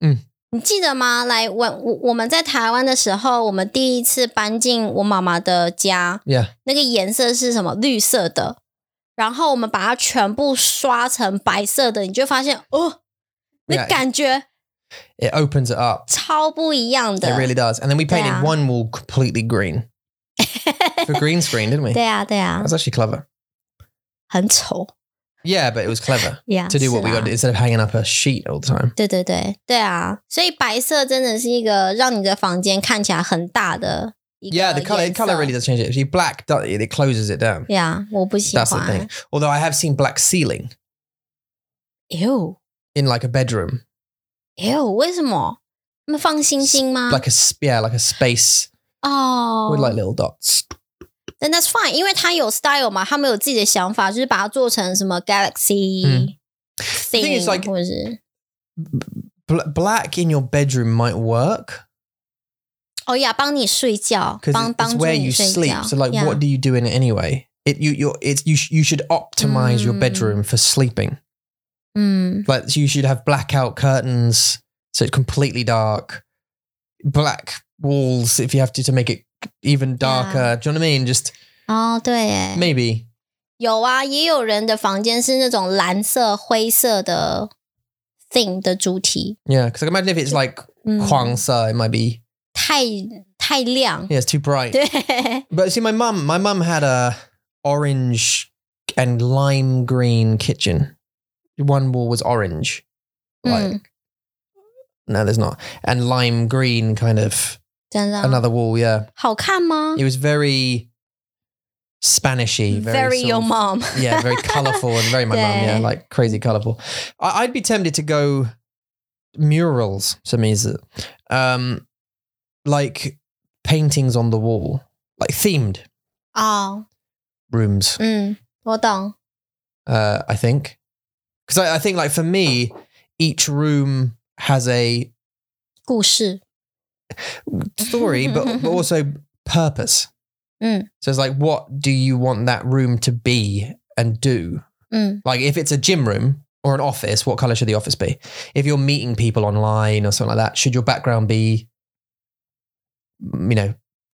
B: 嗯，
A: 你记得吗？来，我我我们在台湾的时候，我们第一次搬进我妈妈的家，
B: Yeah.
A: 那个颜色是什么？绿色的。然后我们把它全部刷成白色的，你就发现哦，那
B: Yeah.
A: 感觉
B: It opens it up.
A: 超不一样
B: It
A: 的。
B: really does. And then we painted
A: Yeah.
B: one wall completely green for green screen, didn't we?
A: 对啊，对
B: That
A: 啊，
B: was actually clever.
A: 很丑
B: Yeah, but it was clever
A: 呀。
B: to do
A: 是
B: what we
A: 啦
B: got to do instead of hanging up a sheet all the time.
A: 对对对对啊，所以白色真的是一个让你的房间看起来很大的一个
B: Yeah, the color
A: 颜
B: color
A: 色
B: really does change it. If you black, do- it closes it down.
A: 呀我不喜
B: That's the thing.
A: 欢。
B: Although I have seen black ceiling
A: ew
B: in like a bedroom,
A: ew，为什么？他们放星星吗？
B: like a s- yeah, like a space
A: 哦
B: with like little dots.
A: then that's fine，因为它有 style 嘛，他们有自己的想法，就是把它做成什么 galaxy、
B: 嗯
A: thing，
B: is like-
A: 或者是
B: Bl- black in your bedroom might work
A: 哦呀，帮你睡觉，
B: because
A: 帮
B: it's,
A: 帮
B: it's
A: 助
B: where
A: 你
B: you
A: 睡
B: sleep.
A: 觉。
B: So like,
A: yeah
B: what do you do in it anyway? It you you it's you sh- you should optimize your
A: Mm.
B: bedroom for sleeping.
A: 嗯
B: Like so you should have blackout curtains, so it's completely dark. Black walls, if you have to, to make it even darker. Do you know what I mean? Just
A: 哦对耶
B: maybe.
A: 有啊，也有人的房间是那种蓝色、灰色的 thing 的主题，
B: Yeah, because I can imagine if it's like
A: 嗯，
B: Huangsa, it might be.
A: 太太亮，
B: Yeah, it's too bright.
A: 对，
B: But see, my mum, my mum had a orange
A: 嗯
B: and lime green kitchen. One wall was orange, like No, there's not. And lime green, kind of
A: 真的啊
B: another wall. Yeah,
A: 好看吗
B: it was very Spanishy, very,
A: 嗯？Very
B: sort
A: your
B: of-
A: mom，
B: yeah, very colourful and very my mum. Yeah,
A: Yeah.
B: like crazy colourful. I- I'd be tempted to go murals, Samiza. Um, like paintings on the wall, like themed
A: 哦，
B: rooms.
A: 嗯，我懂，
B: Uh, I think because I, I think like for me, each room has a
A: 故事，
B: story, but, but also purpose.
A: Mm.
B: So it's like, what do you want that room to be and do?
A: 嗯
B: Like, if it's a gym room or an office, what color should the office be? If you're meeting people online or something like that, should your background be, you know,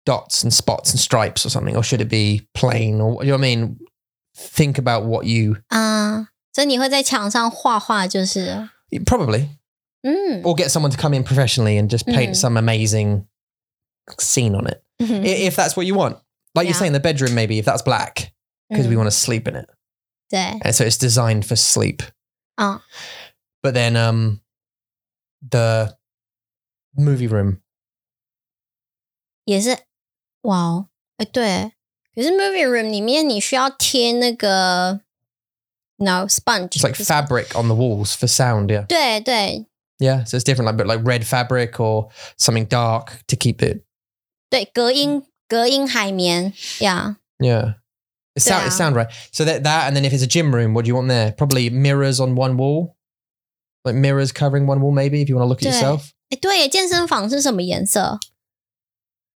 B: dots and spots and stripes or something, or should it be plain? Or you know what I mean? Think about what you
A: 啊，所以你会在墙上画画，就是了，
B: probably,
A: 嗯
B: or get someone to come in professionally and just paint
A: Mm.
B: some amazing scene on it.
A: 嗯
B: I- if that's what you want. Like you're
A: Yeah. Mm.
B: saying, the bedroom maybe if that's black because we want to sleep in it,
A: 嗯对，
B: and so it's designed for sleep.
A: Ah.
B: But then, um, the movie room,
A: 也是，哇哦，哎对，可是 movie room 里面你需要贴那个，no sponge，
B: just like
A: 就是
B: fabric on the walls for sound. Yeah,
A: 对对
B: yeah. So it's different, like but like red fabric or something dark to keep it.
A: 对，隔
B: 嗯
A: 音隔音海绵呀
B: Yeah. It sound,
A: Yeah.
B: it sound right. So that that and then if it's a gym room, what do you want there? Probably mirrors on one wall, like mirrors covering one wall. Maybe if you want to look at
A: Yeah.
B: yourself,
A: 哎对耶，健身房是什么颜色？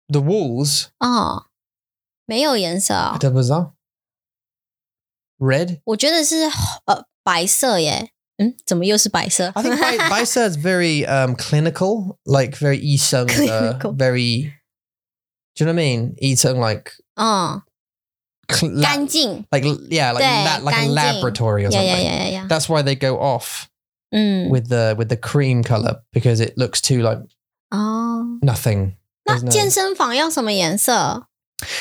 B: the walls.
A: 哦，没有颜色啊、
B: That was that. Red.
A: 我觉得是呃白色耶。嗯，怎么又是白色
B: I think Bi- Bisa is very um, clinical, like very Yi Sung, uh,
A: Clinical.
B: very. Do you know what I mean? Yi Sung, like
A: 嗯，
B: cl- la-
A: 干净。
B: like l- yeah, like
A: Yeah,
B: la- like a
A: ganjing.
B: laboratory or
A: 呀
B: something.
A: 呀呀呀呀！
B: That's why they go off
A: 嗯，
B: with the with the cream color because it looks too like
A: 哦，
B: nothing.
A: 那
B: There's no-
A: 健身房要什么颜色？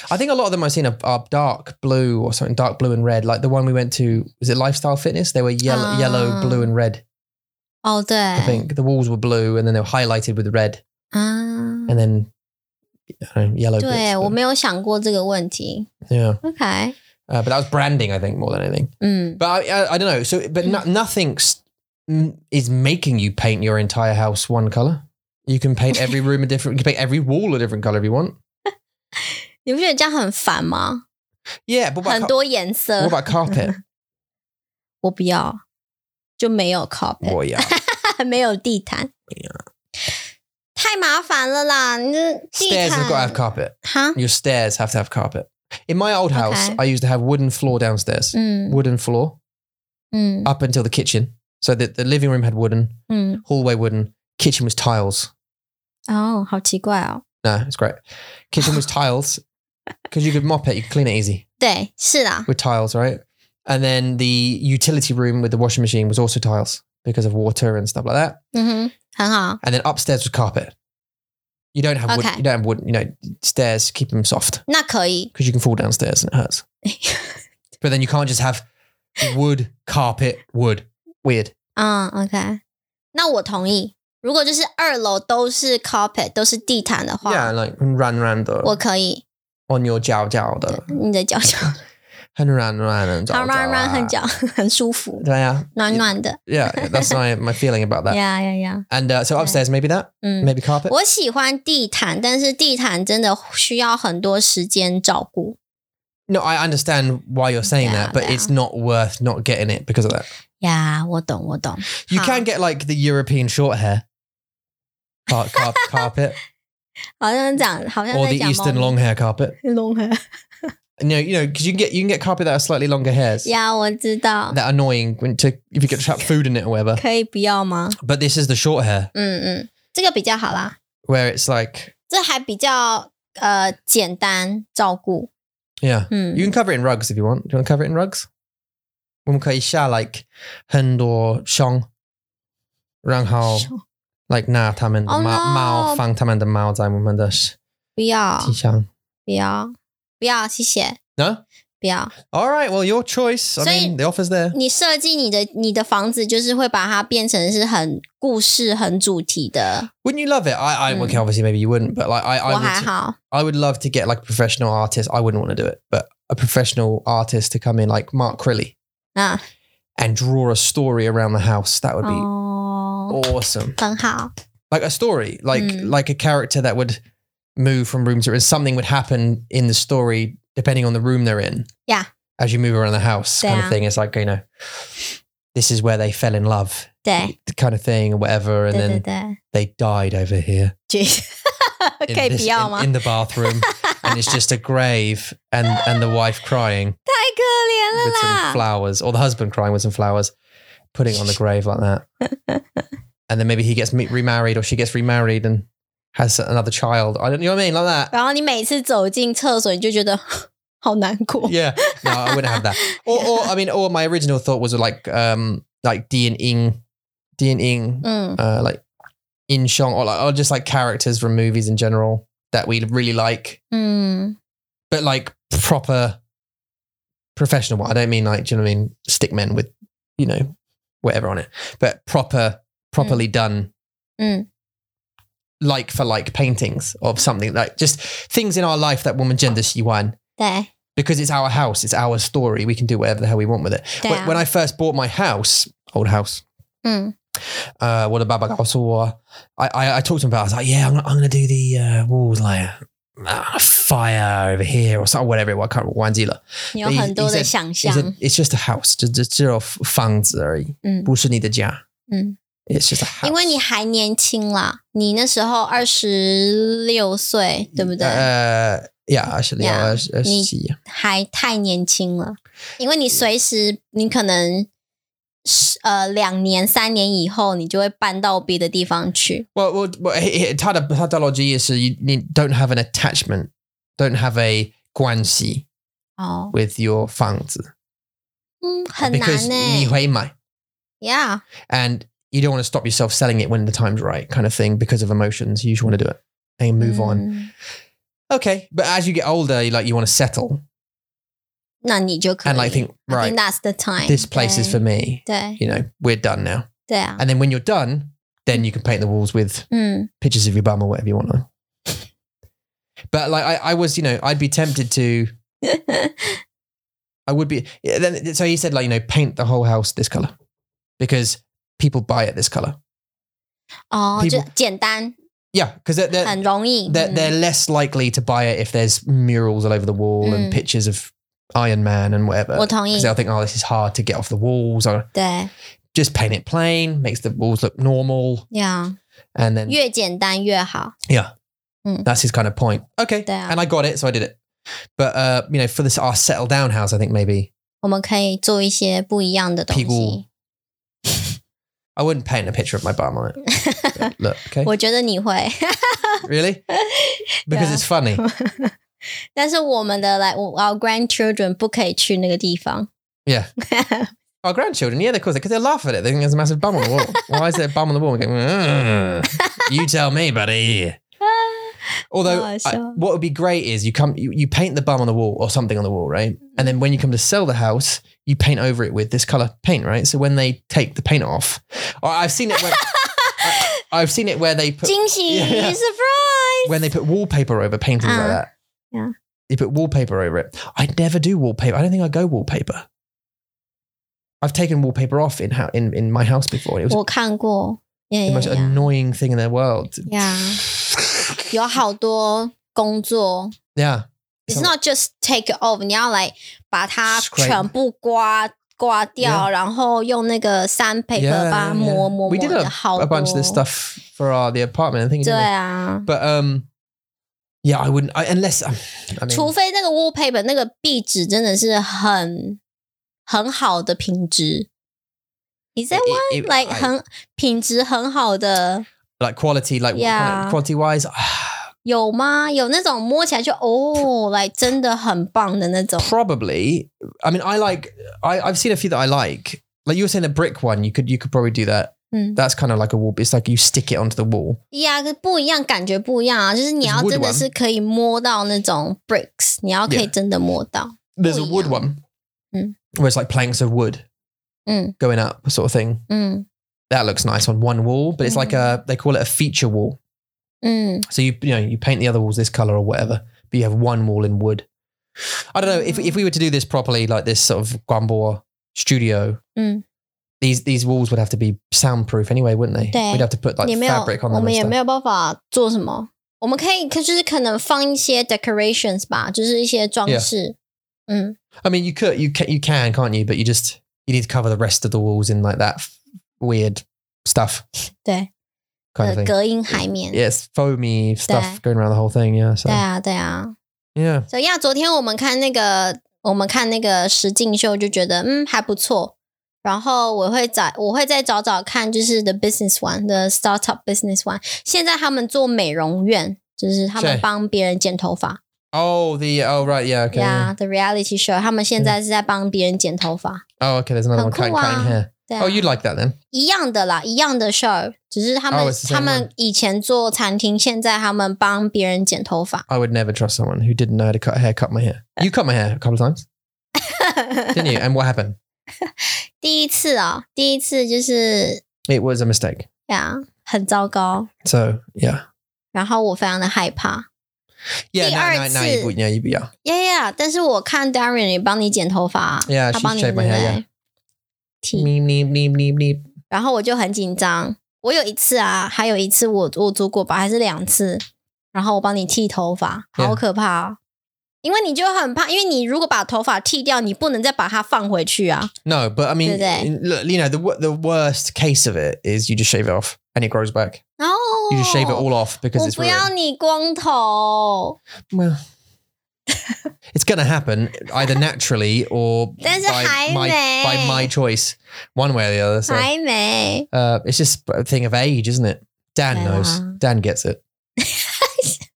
B: I think a lot of them I've seen are, are dark blue or something, dark blue and red. Like the one we went to was it Lifestyle Fitness? They were yellow, yellow,
A: Ah.
B: blue, and red.
A: 哦，对，
B: I think the walls were blue and then they were highlighted with red.
A: 啊，
B: and then I don't know, yellow. bits,
A: 对
B: but-
A: 我没有想过这个问题。
B: yeah,
A: OK，
B: uh, but that was branding, I think, more than anything.
A: 嗯，
B: But I, I, I don't know. So, but no, nothing's n- is making you paint your entire house one color. You can paint every room a different. You can paint every wall a different color if you want.
A: 你不觉得这样很烦吗？
B: Yeah, but what
A: 很
B: about, car-
A: 多颜
B: what
A: 色，
B: about carpet?
A: 我不要，就没有 carpet，
B: well, yeah,
A: 没有地毯，太麻烦了啦！你这地
B: stairs have got to have
A: 毯
B: carpet.
A: 哈，
B: Your stairs have to have carpet. In my old house,
A: Okay. Mm.
B: I used to have wooden floor downstairs,
A: 嗯
B: wooden floor
A: 嗯
B: up until the kitchen. So that the living room had wooden,
A: 嗯，
B: hallway wooden, kitchen was tiles.
A: 哦，好奇怪哦。
B: No, it's great. Kitchen was tiles because you could mop it, you could clean it easy
A: 对，是啦，
B: with tiles, right? And then the utility room with the washing machine was also tiles because of water and stuff like that.
A: 嗯哼，很好。
B: And then upstairs was carpet. You don't have wood.
A: Okay.
B: You don't have wood. You know, stairs keep them soft
A: 那可以，
B: because you can fall downstairs and it hurts. But then you can't just have wood carpet wood. Weird.
A: 嗯，OK，那我同意。如果就是二楼都是 carpet，都是地毯的
B: Yeah,
A: 话，
B: like run round
A: 我
B: the
A: 可以。
B: on your jiao jiao 的
A: 你的脚脚，
B: 很软软的，
A: 它软软很脚， 很舒服，
B: 啊对啊。
A: 暖暖的。
B: Yeah, that's my my feeling about that.
A: 呀呀呀，
B: And uh, so
A: Yeah. Mm.
B: upstairs, maybe that,
A: 嗯，
B: maybe carpet.
A: 我喜欢地毯，但是地毯真的需要很多时间照顾
B: No, I understand why you're saying
A: Yeah,
B: that, but it's not worth not getting it because of that.
A: 呀。我懂，我懂。
B: You
A: Huh.
B: can get like the European short hair car- car- carpet
A: 好像讲，好像
B: or
A: 在
B: the
A: 讲
B: Eastern
A: 猫
B: long hair carpet.
A: 咪龙 河。
B: You know, you know, because you can get you can get carpet that are slightly longer hairs
A: 呀，我知道，
B: that are annoying when to if you get trapped food in it or whatever.
A: 可以不要吗？
B: But this is the short hair
A: 嗯嗯，这个比较好啦，
B: where it's like,
A: 这还比较呃简单照顾。
B: yeah,
A: 嗯
B: you can cover it in rugs if you want. Do you want to cover it in rugs? 我们可以下 like 很多双，然后 like 拿他们的
A: Oh,
B: 猫-
A: no. Oh.
B: 猫，放他们的猫在我们的
A: 不要
B: 地上。
A: 不要不要，谢谢。
B: No?
A: 不要。
B: All right, well, your choice.
A: So-
B: I
A: Mm.
B: mean, the offer's there.
A: 你设计你的你的房子，就是会把它变成是很故事、很主题的。
B: Wouldn't you love it? I, I
A: Mm.
B: okay, obviously maybe you wouldn't, but like I, I
A: 我还
B: would,
A: 好，
B: I would love to get like a professional artist. I wouldn't want to do it, but a professional artist to come in, like Mark Crilly,
A: 嗯，
B: and draw a story around the house. That would be
A: 哦，
B: awesome.
A: 很好，
B: Like a story, like
A: Mm.
B: like a character that would move from room to room. Something would happen in the story depending on the room they're in.
A: Yeah.
B: As you move around the house, kind
A: Yeah.
B: of thing. It's like you know, this is where they fell in love,
A: 对，
B: kind of thing, or whatever, and
A: 对
B: then
A: 对对，
B: they died over here.
A: 去，
B: in
A: 可以
B: this-
A: 不要
B: in-
A: 吗？
B: in the bathroom and it's just a grave and and the wife crying
A: 太可
B: with
A: 怜
B: some
A: 了啦！
B: flowers or the husband crying with some flowers putting it on the grave like that and then maybe he gets me- remarried or she gets remarried and has another child i don't you know what i mean like that
A: 然后你每次走进厕所，你就觉得 好难过。
B: yeah no i wouldn't have that or, or i mean or my original thought was like um like d and ing d and ing
A: 嗯
B: uh, like in shong or like or just like characters from movies in general that we really like
A: 嗯，
B: but like proper professional one. I don't mean like, do you know what I mean? Stick men with, you know, whatever on it, but proper, properly done,
A: Mm.
B: like for like paintings of something like just things in our life that woman genders you want.
A: 对
B: Because it's our house, it's our story. We can do whatever the hell we want with it.
A: 对
B: When, when
A: 啊，
B: I first bought my house, old house,
A: 嗯
B: uh, what about like also, uh, I, I I talked to him about. it. I was like, yeah, I'm gonna, I'm gonna do the uh, walls like uh, fire over here or something, whatever it was. I can't remember. One dealer.
A: 你有很多的想
B: It's, a,
A: 象。
B: it's just a house. Just, just your funds 而已，
A: 嗯。嗯。
B: It's just a house.
A: 因为你还年轻啦，你那时候二十六岁，对不对？
B: Uh, yeah, actually,
A: Yeah.
B: yeah. I, I,
A: 你-
B: see.
A: 还太年轻了，因为你随时你可能是呃两年三年以后，你就会搬到别的地方去。
B: Well, well, well he- he- 他的-他的逻辑也是，you you don't have an attachment, don't have a 关系
A: 哦，
B: with your 房子
A: 嗯，很难
B: because
A: 呢、
B: 你会买
A: Yeah，
B: and you don't want to stop yourself selling it when the time's right, kind of thing, because of emotions. You just want to do it and move on.
A: 嗯。
B: Okay, but as you get older, you like you want to settle
A: 那你就可以。
B: and like think,
A: I
B: right,
A: think that's the time.
B: this place
A: 对
B: is for me.
A: 对
B: you know, we're done now.
A: 对啊，
B: And then when you're done, then you can paint the walls with
A: 嗯，
B: pictures of your bum or whatever you want on. But like I, I was, you know, I'd be tempted to. I would be. yeah, Then so he said, like you know, paint the whole house this color because people buy it this color.
A: 哦，就
B: People-
A: 简单，
B: Yeah, because they're they're,
A: 很容易。
B: they're,
A: 嗯
B: they're less likely to buy it if there's murals all over the wall
A: Mm.
B: and pictures of Iron Man and whatever.
A: 我同意
B: Because。they'll think, oh, this is hard to get off the walls. Or
A: 对
B: just paint it plain, makes the walls look normal,
A: ，Yeah，
B: and then
A: 越简单越好。
B: Yeah.
A: Mm.
B: That's his kind of point. Okay.
A: Yeah.
B: And I got it, so I did it. But uh, you know, for this our settle down house, I think maybe
A: 我们可以做一些不一样的东西
B: People-。I wouldn't paint a picture of my bum on it. But Look, okay.
A: 我觉得你会，
B: really? Because
A: Yeah.
B: it's funny.
A: 但是我们的来、我 our grandchildren 不可以去那个地方。
B: Yeah. 啊 Our grandchildren, yeah, they cause it because they laugh at it. They think there's a massive bum on the wall. Why is there a bum on the wall? We go, "Mm, you tell me, buddy. Although,
A: Oh,
B: I-
A: sure.
B: what would be great is you come, you, you paint the bum on the wall or something on the wall, right? And then when you come to sell the house, you paint over it with this color paint, right? So when they take the paint off, or I've seen it. When, I, I've seen it where they put
A: 惊喜
B: Yeah, yeah.
A: surprise！
B: when they put wallpaper over paintings
A: Uh,
B: like that.
A: yeah.
B: You put wallpaper over it. I never do wallpaper. I don't think I go wallpaper. I've taken wallpaper off in how in, in my house before. It was
A: 我看过，
B: the
A: 呀呀
B: most
A: 呀
B: annoying thing in the world.
A: 呀，有好多工作。
B: Yeah.
A: It's
B: So-
A: not just take it off，你要来把它
B: Scrape
A: 全部刮刮掉，然后用那个 sandpaper 把它
B: yeah.
A: 磨磨
B: We
A: 磨
B: did
A: 的
B: a,
A: 好
B: a
A: 多。
B: bunch of this stuff for our the apartment. I think.
A: 对
B: didn't we?
A: 啊，
B: But um, yeah, I wouldn't I, unless I mean,
A: 除非那个 wallpaper 那个壁纸真的是很很好的品质。Is that one
B: it- it-
A: like
B: I-
A: 很品质很好的
B: like quality, like ah,
A: Yeah.
B: quality wise,
A: 有吗？有那种摸起来就哦，来真的很棒的那种。
B: probably. I mean, I like. I, I've seen a few that I like. Like you were saying, the brick one. You could you could probably do that.
A: Mm.
B: That's kind of like a wall. It's like you stick it onto the wall.
A: 呀，可不一样，感觉不一样啊！就是你
B: It's
A: 要
B: wood
A: 真的
B: one
A: 是可以摸到那种 bricks，你要可以
B: Yeah
A: 真的摸到。
B: There's a wood
A: Oh, yeah.
B: one
A: Mm.
B: where it's like planks of wood
A: Mm.
B: going up, sort of thing.
A: 嗯
B: That looks nice on one wall, but it's like
A: Hmm.
B: a they call it a feature wall.
A: 嗯
B: So you you know you paint the other walls this color or whatever, but you have one wall in wood. I don't know if if we were to do this properly, like this sort of Guambor studio.
A: Mm.
B: These these walls would have to be soundproof anyway, wouldn't they?
A: 对
B: We'd have to put like
A: 也没有
B: fabric on
A: 我们
B: them. and
A: 也
B: stuff.
A: 没有办法做什么。我们可以，可就是可能放一些 decorations 吧，就是一些装
B: Yeah
A: 饰。嗯
B: I mean, you could, you can, you can, can't you? But you just you need to cover the rest of the walls in like that f- weird stuff
A: 对，
B: kind
A: 呃
B: of thing.
A: 隔音海绵。
B: Yes, foamy stuff
A: Yeah.
B: going around the whole thing. Yeah, so
A: 对啊，对啊。
B: yeah,
A: 所以呀，昨天我们看那个，我们看那个实境秀，就觉得嗯还不错。然后我会找，我会再找找看，就是 the business one 的 startup business one。现在他们做美容院，就是他们
B: 对
A: 帮别人剪头发
B: Oh, the oh right, yeah, okay.
A: 呀、yeah,，the reality show，他们现在是在帮别人剪头发。
B: Oh, okay. There's another one cutting,
A: Cool,
B: cutting hair.
A: 对啊
B: Oh, you like that then?
A: 一样的啦，一样的事儿，只是他们、
B: Oh, it's the same
A: 他们
B: one.
A: 以前做餐厅，现在他们帮别人剪头发。
B: I would never trust someone who didn't know how to cut hair. Cut my hair. You cut my hair a couple of times, didn't you? And what happened?
A: 第一次啊、第一次就是，
B: It was a mistake.
A: 对啊，很糟糕。
B: So yeah,
A: 然后我非常的害怕，
B: yeah.
A: The
B: Now, now, now you,
A: arts-
B: yeah, you, yeah.
A: 呀呀！但是我看 Darren 也帮你剪头发啊、
B: Yeah,
A: 他帮
B: she
A: 你
B: shaved
A: 对
B: my
A: 不
B: hair,
A: 对？剃，
B: Neep, neep, neep, neep, neep.
A: 然后我就很紧张。我有一次啊，还有一次我我做过吧，还是两次。然后我帮你剃头发，好
B: Yeah
A: 可怕哦！因为你就很怕，因为你如果把头发剃掉，你不能再把它放回去啊。
B: No, but I mean,
A: Do they?
B: in- look, you know, the wor- the worst case of it is you just shave it off and it grows back.
A: 然后
B: You just shave it all off because
A: 我
B: it's
A: 不要
B: ruined.
A: 你光头，
B: Well, it's going to happen either naturally or by
A: There's a high
B: my, by
A: rate.
B: my choice, one way or the other. So
A: 还没
B: uh, it's just a thing of age, isn't it? Dan
A: Yeah.
B: knows. Dan gets it.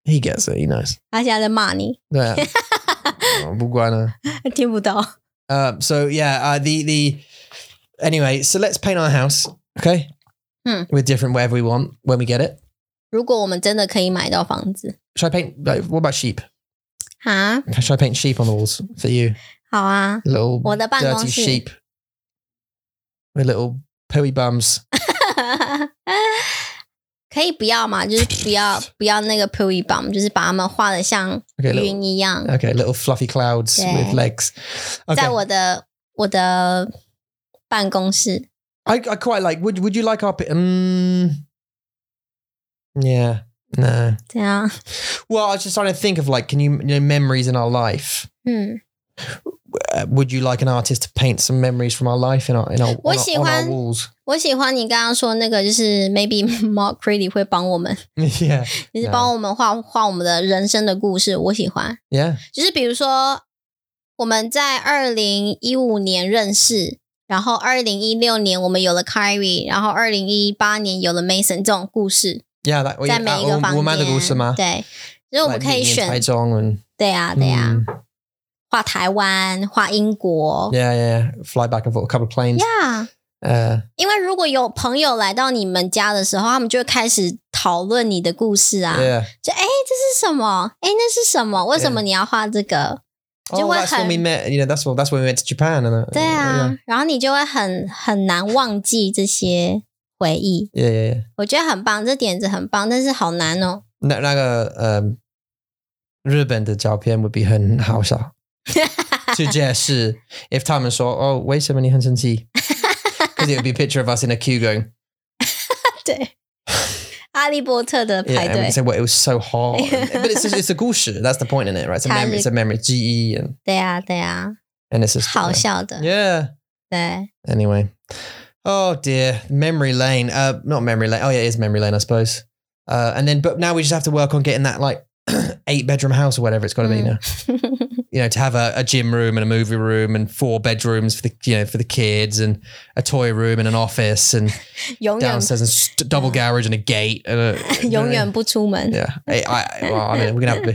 B: he gets it. He knows.
A: 他现在在骂你，
B: Yeah. Oh, Bugwana.
A: 听不到。
B: Um, so yeah, uh, the the anyway, so let's paint our house, okay?
A: Hmm.
B: With different whatever we want when we get it.
A: 如果我们真的可以买到房子
B: Should I paint? Like, what about sheep?
A: 啊，
B: Should I paint sheep on the walls for you?
A: 好啊，
B: Little
A: 我的办
B: dirty
A: 公室
B: sheep with little pooey bums.
A: 可以不要嘛，就是不要不要那个 p u i bum，就是把它们画的像
B: Okay, little
A: 云一样，
B: okay, little fluffy clouds
A: Yeah.
B: with legs.
A: 在
B: Okay,
A: 我的我的办公室。
B: I, I quite like. Would Would you like our? pi- Um, yeah, no.
A: 怎样？
B: Well, I was just trying to think of like, can you, you know, memories in our life.
A: 嗯，
B: uh, would you like an artist to paint some memories from our life in our in our, on our, on our
A: 我喜欢-
B: walls?
A: 我喜欢你刚刚说那个，就是 maybe Mark Reedy 会帮我们，
B: yeah,
A: 就是
B: 对
A: 帮我们画画我们的人生的故事。我喜欢，
B: yeah,
A: 就是比如说，我们在二零一五年认识，然后二零一六年我们有了 Kyrie，然后二零一八年有了 Mason 这种故事，
B: yeah. That
A: 在每一个房间，
B: 啊我我们的故事吗？
A: 对，就是我们可以选，
B: and mm,
A: 对啊，对
B: 嗯
A: 啊，画台湾，画英国
B: yeah, yeah, yeah. Fly back and forth, a couple of planes.
A: 呀。
B: Uh,
A: 因为如果有朋友来到你们家的时候，他们就会开始讨论你的故事啊
B: yeah.
A: 就哎，这是什么？哎，那是什么？为什么
B: Yeah
A: 你要画这个？
B: Oh, that's when we
A: 就会很-
B: met. You know, that's what that's when we went to Japan and. Uh,
A: 对
B: yeah.
A: 啊，然后你就会很很难忘记这些回忆。
B: Yeah, yeah, yeah.
A: 我觉得很棒，这点子很棒，但是好难哦。
B: 那-那个, um, 日本的照片 would be 很好笑。to if Timon saw, oh, wait so many Hansen Because it would be a picture of us in a queue going,
A: 对，哈利波特的
B: Yeah,
A: 派
B: and we
A: 对，
B: said, well, it was so hard. but it's, it's a gushi. That's the point in it, right? It's a memory. It's a memory. GE and
A: 对啊，对啊，
B: and it's just
A: 好笑的，
B: yeah.
A: 对，
B: Anyway, oh dear, memory lane. Uh, not memory lane. Oh yeah, it is memory lane, I suppose. Uh, and then, but now we just have to work on getting that like eight bedroom house or whatever it's got to be
A: Mm.
B: now. You know, to have a, a gym room and a movie room and four bedrooms for the you know for the kids and a toy room and an office and
A: 永远
B: downstairs and st- double garage and a gate and a,
A: 永远不出门。
B: Yeah, I, I, well, I mean, we're gonna have to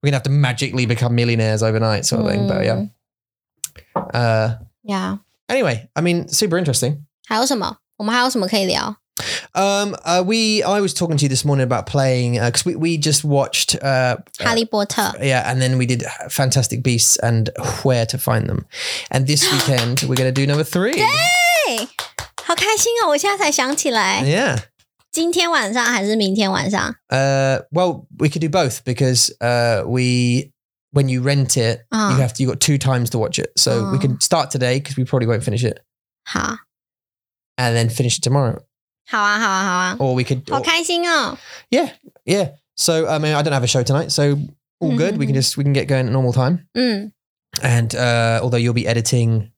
B: we're gonna have to magically become millionaires overnight, sort of thing. But yeah. Uh,
A: 呀，
B: anyway, I mean, super interesting.
A: 还有什么？我们还有什么可以聊？
B: Um, uh, we I was talking to you this morning about playing because we, we just watched uh, uh,
A: 哈利波特》
B: yeah, and then we did Fantastic Beasts and Where to Find Them, and this weekend we're gonna do number three.
A: 哎，好开心哦！我现在才想起来，
B: Yeah.
A: 今天晚上还是明天晚上？
B: Uh, well, we could do both because uh, we when you rent it,
A: Ah.
B: you have to, you got two times to watch it. So we
A: Ah.
B: can start today because we probably won't finish it,
A: 好，
B: and then finish it tomorrow,
A: 好啊，好啊，好啊，
B: or we could. or-
A: 好开心哦！
B: yeah. So I mean, I don't have a show tonight, so all good. We
A: Mm-hmm.
B: can just we can get going at normal time.
A: 嗯，
B: And uh, although you'll be editing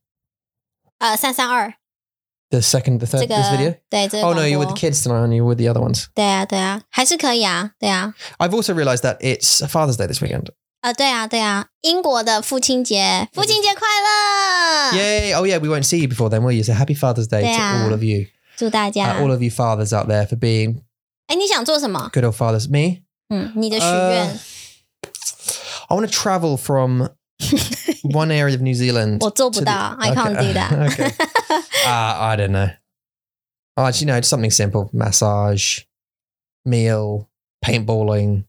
A: 呃，三三二
B: the second, the third,
A: 这
B: this
A: 个
B: video.
A: 对这个
B: Oh no, you're with
A: 广
B: the
A: 播
B: kids tonight, aren't you? With the other ones.
A: 对啊，对啊，还是可以啊，对啊，
B: I've also realised that it's Father's Day this weekend.
A: 呃，对啊，对啊，英国的父亲节，父亲节快乐！
B: Yay! Oh yeah, we won't see you before then, will you? So happy Father's Day
A: Ah. Yeah.
B: to all of you,
A: 祝大家
B: uh,！all of you fathers out there for being
A: 哎，你想做什么？
B: good old fathers. Me,
A: 嗯，你的许愿
B: Uh,，I want to travel from one area of New Zealand.
A: 我做不
B: to the-
A: 到，I can't
B: Okay.
A: do that
B: Okay.。Uh, I don't know. Oh, actually, no, just something simple: massage, meal, paintballing.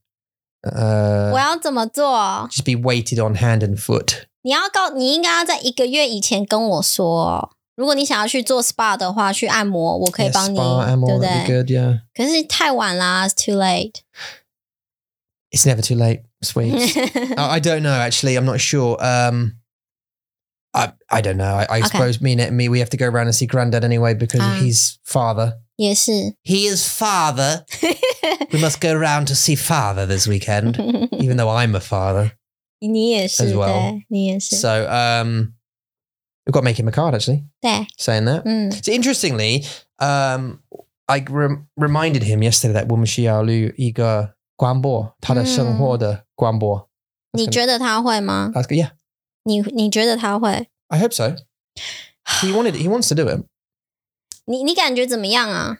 B: Uh,
A: 我要怎么做？
B: just be weighted on hand and foot.
A: 你要告，你应该要在一个月以前跟我说哦、如果你想要去做 SPA 的话，去按摩，我可以
B: Yeah,
A: 帮你
B: spa, amor,
A: 对不
B: that'd be
A: 对？
B: good. Yeah,
A: 可是太晚啦，it's too late。
B: it's never too late. Sweet. Oh, I don't know. Actually, I'm not sure. Um, I I don't know. I, I
A: Okay.
B: suppose me and me we have to go around and see Granddad anyway because
A: Ah.
B: he's father.
A: 也是，
B: Um, He is father. we must go round to see father this weekend, even though I'm a father.
A: 你也是
B: As well.
A: 对，你也是
B: So um, we've got to make him a card actually.
A: 对，
B: Saying that.
A: 嗯，
B: So interestingly, um, I rem- reminded him yesterday that Hmm. 我们需要录一个广播，他的生活的广播。
A: 你觉得他会吗？
B: That's good. Yeah,
A: 你你觉得他会？
B: I hope so. He wanted. He wants to do it.
A: 你你感觉怎么样啊？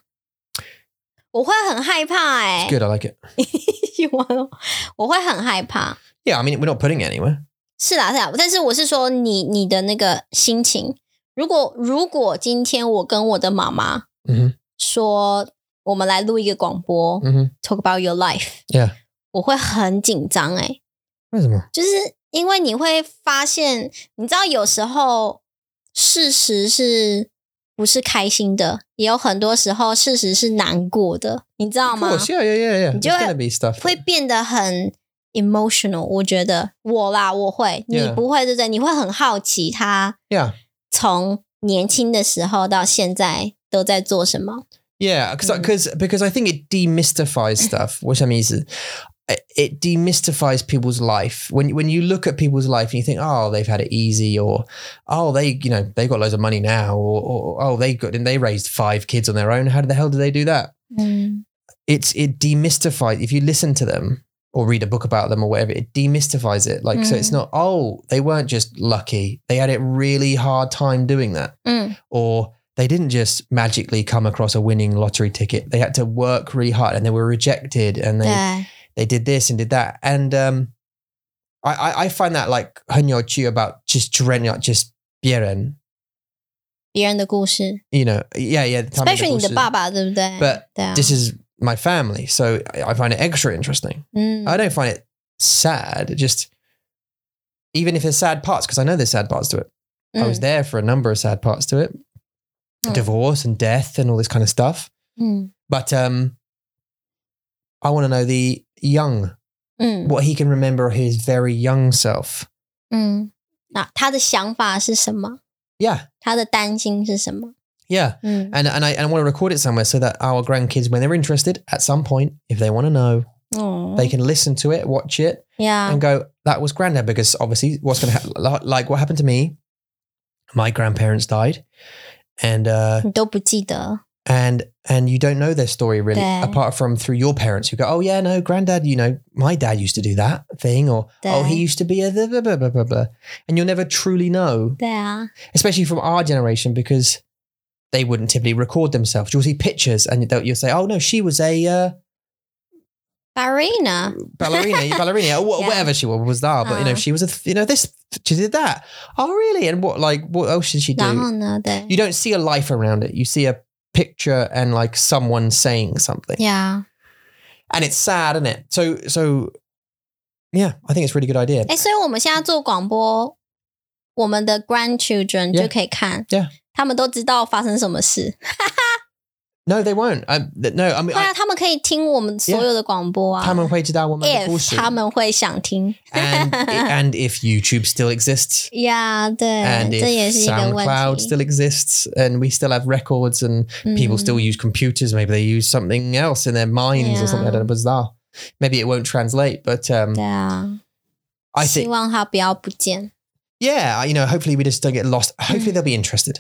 A: 我会很害怕哎、
B: Good. I like it.
A: 喜欢哦，我会很害怕。
B: Yeah, I mean, we're not putting it anywhere.
A: 是啦是啦，但是我是说你你的那个心情。如果如果今天我跟我的妈妈
B: 嗯
A: 说，我们来录一个广播、
B: 嗯
A: t a l k about your life，
B: mm-hmm. ，Yeah，
A: 我会很紧张哎、
B: 为什么？
A: 就是因为你会发现，你知道有时候事实是不是开心的，也有很多时候事实是难过的，你知道
B: Of
A: 吗？
B: course, yeah, yeah, yeah, yeah. There's
A: 你就会-
B: gonna be stuff.
A: 会变得很 emotional。我觉得我啦，我会，你
B: Yeah.
A: 不会对不对？你会很好奇他
B: Yeah,
A: 从年轻的时候到现在都在做什么。
B: yeah. Because because because I think it demystifies stuff. What I mean is, it demystifies people's life. When when you look at people's life and you think, oh, they've had it easy, or oh, they you know they've got loads of money now, or, or oh, they got and they raised five kids on their own. How the hell did they do that?
A: 嗯，
B: it's it demystifies if you listen to them or read a book about them or whatever it demystifies it like so it's
A: Mm.
B: not oh they weren't just lucky they had a really hard time doing that
A: 嗯
B: or they didn't just magically come across a winning lottery ticket they had to work really hard and they were rejected and they
A: 对，
B: they did this and did that and um i i, I find that like Hunyo Chu about just dreading like just Bieren
A: 别人的故事
B: you know yeah yeah the time of the
A: ，especially 你的
B: horses.
A: 爸爸，对不对？
B: but
A: 对啊，
B: this is my family so I, I find it extra interesting
A: 嗯
B: I don't find it sad. It just even if there's sad parts, because I know there's sad parts to it. I was
A: 嗯
B: there for a number of sad parts to it.
A: Mm.
B: Divorce and death and all this kind of stuff.
A: 嗯
B: But um I want to know the young,
A: 嗯
B: what he can remember of his very young self.
A: 嗯，那他的想法是什么？
B: Yeah.
A: 他的担心是什么？
B: Yeah.
A: 嗯
B: And and I, and I want to record it somewhere so that our grandkids, when they're interested, at some point, if they want to know,
A: 哦
B: they can listen to it, watch it,
A: ，Yeah，
B: and go, that was granddad because obviously what's going to happen, like what happened to me, my grandparents died, and uh,
A: 你都不记得，
B: and and you don't know their story really
A: Yeah.
B: apart from through your parents who go, oh yeah, no, granddad, you know, my dad used to do that thing, or oh he
A: Yeah.
B: used to be a blah, blah, blah, blah, blah, blah. and you'll never truly know,
A: 对啊，
B: especially from our generation because they wouldn't typically record themselves. You'll see pictures and they'll- you'll say, oh no, she was a uh,
A: Barina，
B: ballerina, ballerina, or wha-
A: Yeah.
B: whatever she was, was that. But you know,
A: Uh.
B: she was a, th- you know, this she did that. Oh, really? And what, like, what else did she
A: 然
B: do?
A: 后呢？对
B: You don't see a life around it. You see a picture and like someone saying something.
A: Yeah.
B: And it's sad, isn't it? So so yeah, I think it's a really good idea.
A: 哎，所以我们现在做广播，我们的 grandchildren
B: Yeah.
A: 就可以看
B: Yeah.
A: 他们都知道发生什么事。
B: No, they won't. I, th- no, I mean,
A: 对啊，他们可以听我们所有的广播
B: I,
A: 啊。
B: 他们会知道我们的故事。
A: if 他们会想听
B: and and if YouTube still exists,
A: 呀对
B: and
A: 这也
B: if
A: 是一个问
B: SoundCloud
A: 题。
B: still exists, and we still have records, and
A: 嗯
B: people still use computers, maybe they use something else in their minds or something.
A: Yeah.
B: I don't know, bizarre. Maybe it won't translate, but um,
A: 对啊，
B: I
A: 希
B: think
A: 望它不要不见。
B: yeah, I- you know, hopefully we just don't get lost. Hopefully
A: Mm.
B: they'll be interested.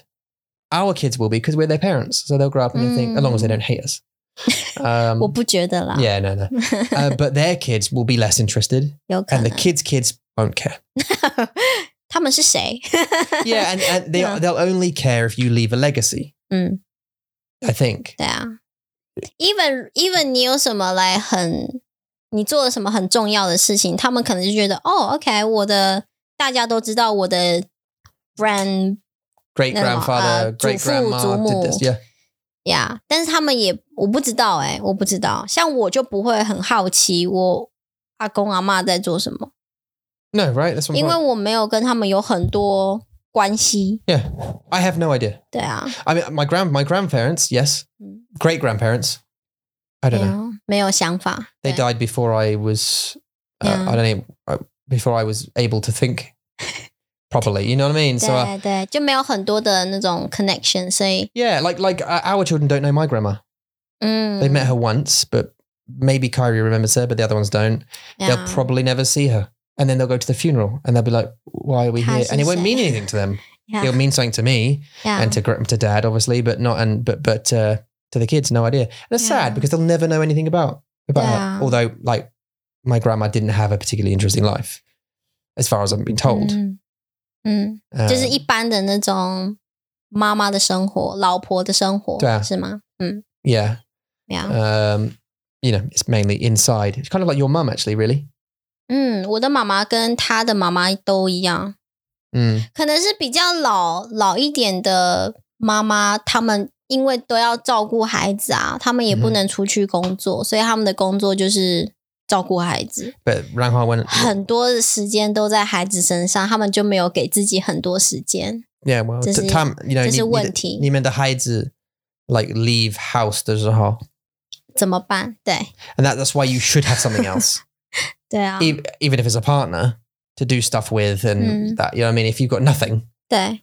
B: Our kids will be because we're their parents, so they'll grow up and they think, as long as they
A: Mm.
B: don't hate us. Um,
A: 我不觉得啦
B: yeah, no, no. Uh, but their kids will be less interested,
A: 有可
B: and the
A: 能
B: kids' kids won't care.
A: 他们是谁？
B: yeah, and, and they
A: Yeah.
B: they'll only care if you leave a legacy.
A: Mm.
B: I think.
A: 对啊，even even 你有什么来很，你做了什么很重要的事情，他们可能就觉得哦，OK，我的大家都知道我的 brand
B: Great
A: No, no,
B: grandfather,
A: uh,
B: great grandma
A: 祖父、祖母。
B: did this. Yeah,
A: 呀但是他们也我不知道哎、我不知道，像我就不会很好奇我阿公阿妈在做什么，
B: no, right? That's one
A: 因为
B: point.
A: 我没有跟他们有很多关系。
B: Yeah, I have no idea.
A: 对啊，
B: I mean, my grand my grandparents, yes,
A: Mm.
B: great grandparents. I
A: 没
B: don't know.
A: 有没有想法。
B: They
A: 对啊
B: died before I was. Uh,
A: Yeah.
B: I don't know. uh, Before I was able to think properly, you know what I mean? So. Uh,
A: 对对，就没有很多的那种 connection，所以
B: yeah, like like uh, our children don't know my grandma.
A: 嗯
B: They met her once, but maybe Kyrie remembers her, but the other ones don't.
A: yeah.
B: they'll probably never see her. And then they'll go to the funeral and they'll be like, why are we here?
A: How's
B: And it
A: this
B: won't mean
A: it?
B: anything to them.
A: Yeah,
B: It'll mean something to me
A: yeah.
B: and to gr- to dad, obviously, but not and but but uh, to the kids, no idea. And it's sad
A: Yeah.
B: because they'll never know anything about about
A: Yeah.
B: her. Although, like, my grandma didn't have a particularly interesting life, as far as I've been told.
A: 嗯嗯，
B: Um,
A: 就是一般的那种妈妈的生活、老婆的生活，
B: 对啊
A: 是吗？嗯，
B: yeah.
A: 对啊，
B: Um, you know, it's mainly inside. It's kind of like your mum, actually, really.
A: 嗯，我的妈妈跟她的妈妈都一样，
B: Mm.
A: 可能是比较老老一点的妈妈，他们因为都要照顾孩子啊，他们也不
B: 嗯
A: 能出去工作，所以他们的工作就是照顾孩子，
B: But Ranghai went,
A: 很多的时间都在孩子身上，他们就没有给自己很多时间。
B: yeah, well,
A: 这是-
B: Tam, you know,
A: 这是
B: 你-你的-
A: 问题，
B: 你们的孩子, uh, like leave house 的时候,
A: 怎么办？对
B: And that, that's why you should have something else,
A: 对啊，
B: e- even if it's a partner to do stuff with.
A: Mm.
B: And that, you know what I mean? If you've got nothing,
A: 对。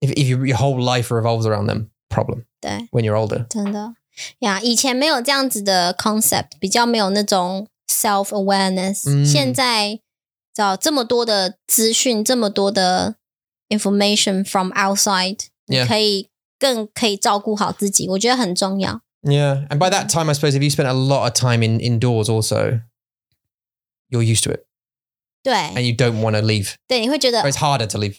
B: if, if you, your whole life revolves around them, problem
A: 对，
B: when you're older.
A: 真的呀以前没有这样子的 concept，比较没有那种 self awareness、
B: 嗯
A: 现在找这么多的资讯，这么多的 information from outside，、你
B: Yeah.
A: 可以更可以照顾好自己，我觉得很重要。
B: Yeah. And by that time, I suppose if you spent a lot of time in indoors also, you're used to it
A: 对
B: and you don't want to leave.
A: 对，你会觉得
B: Or it's harder to leave.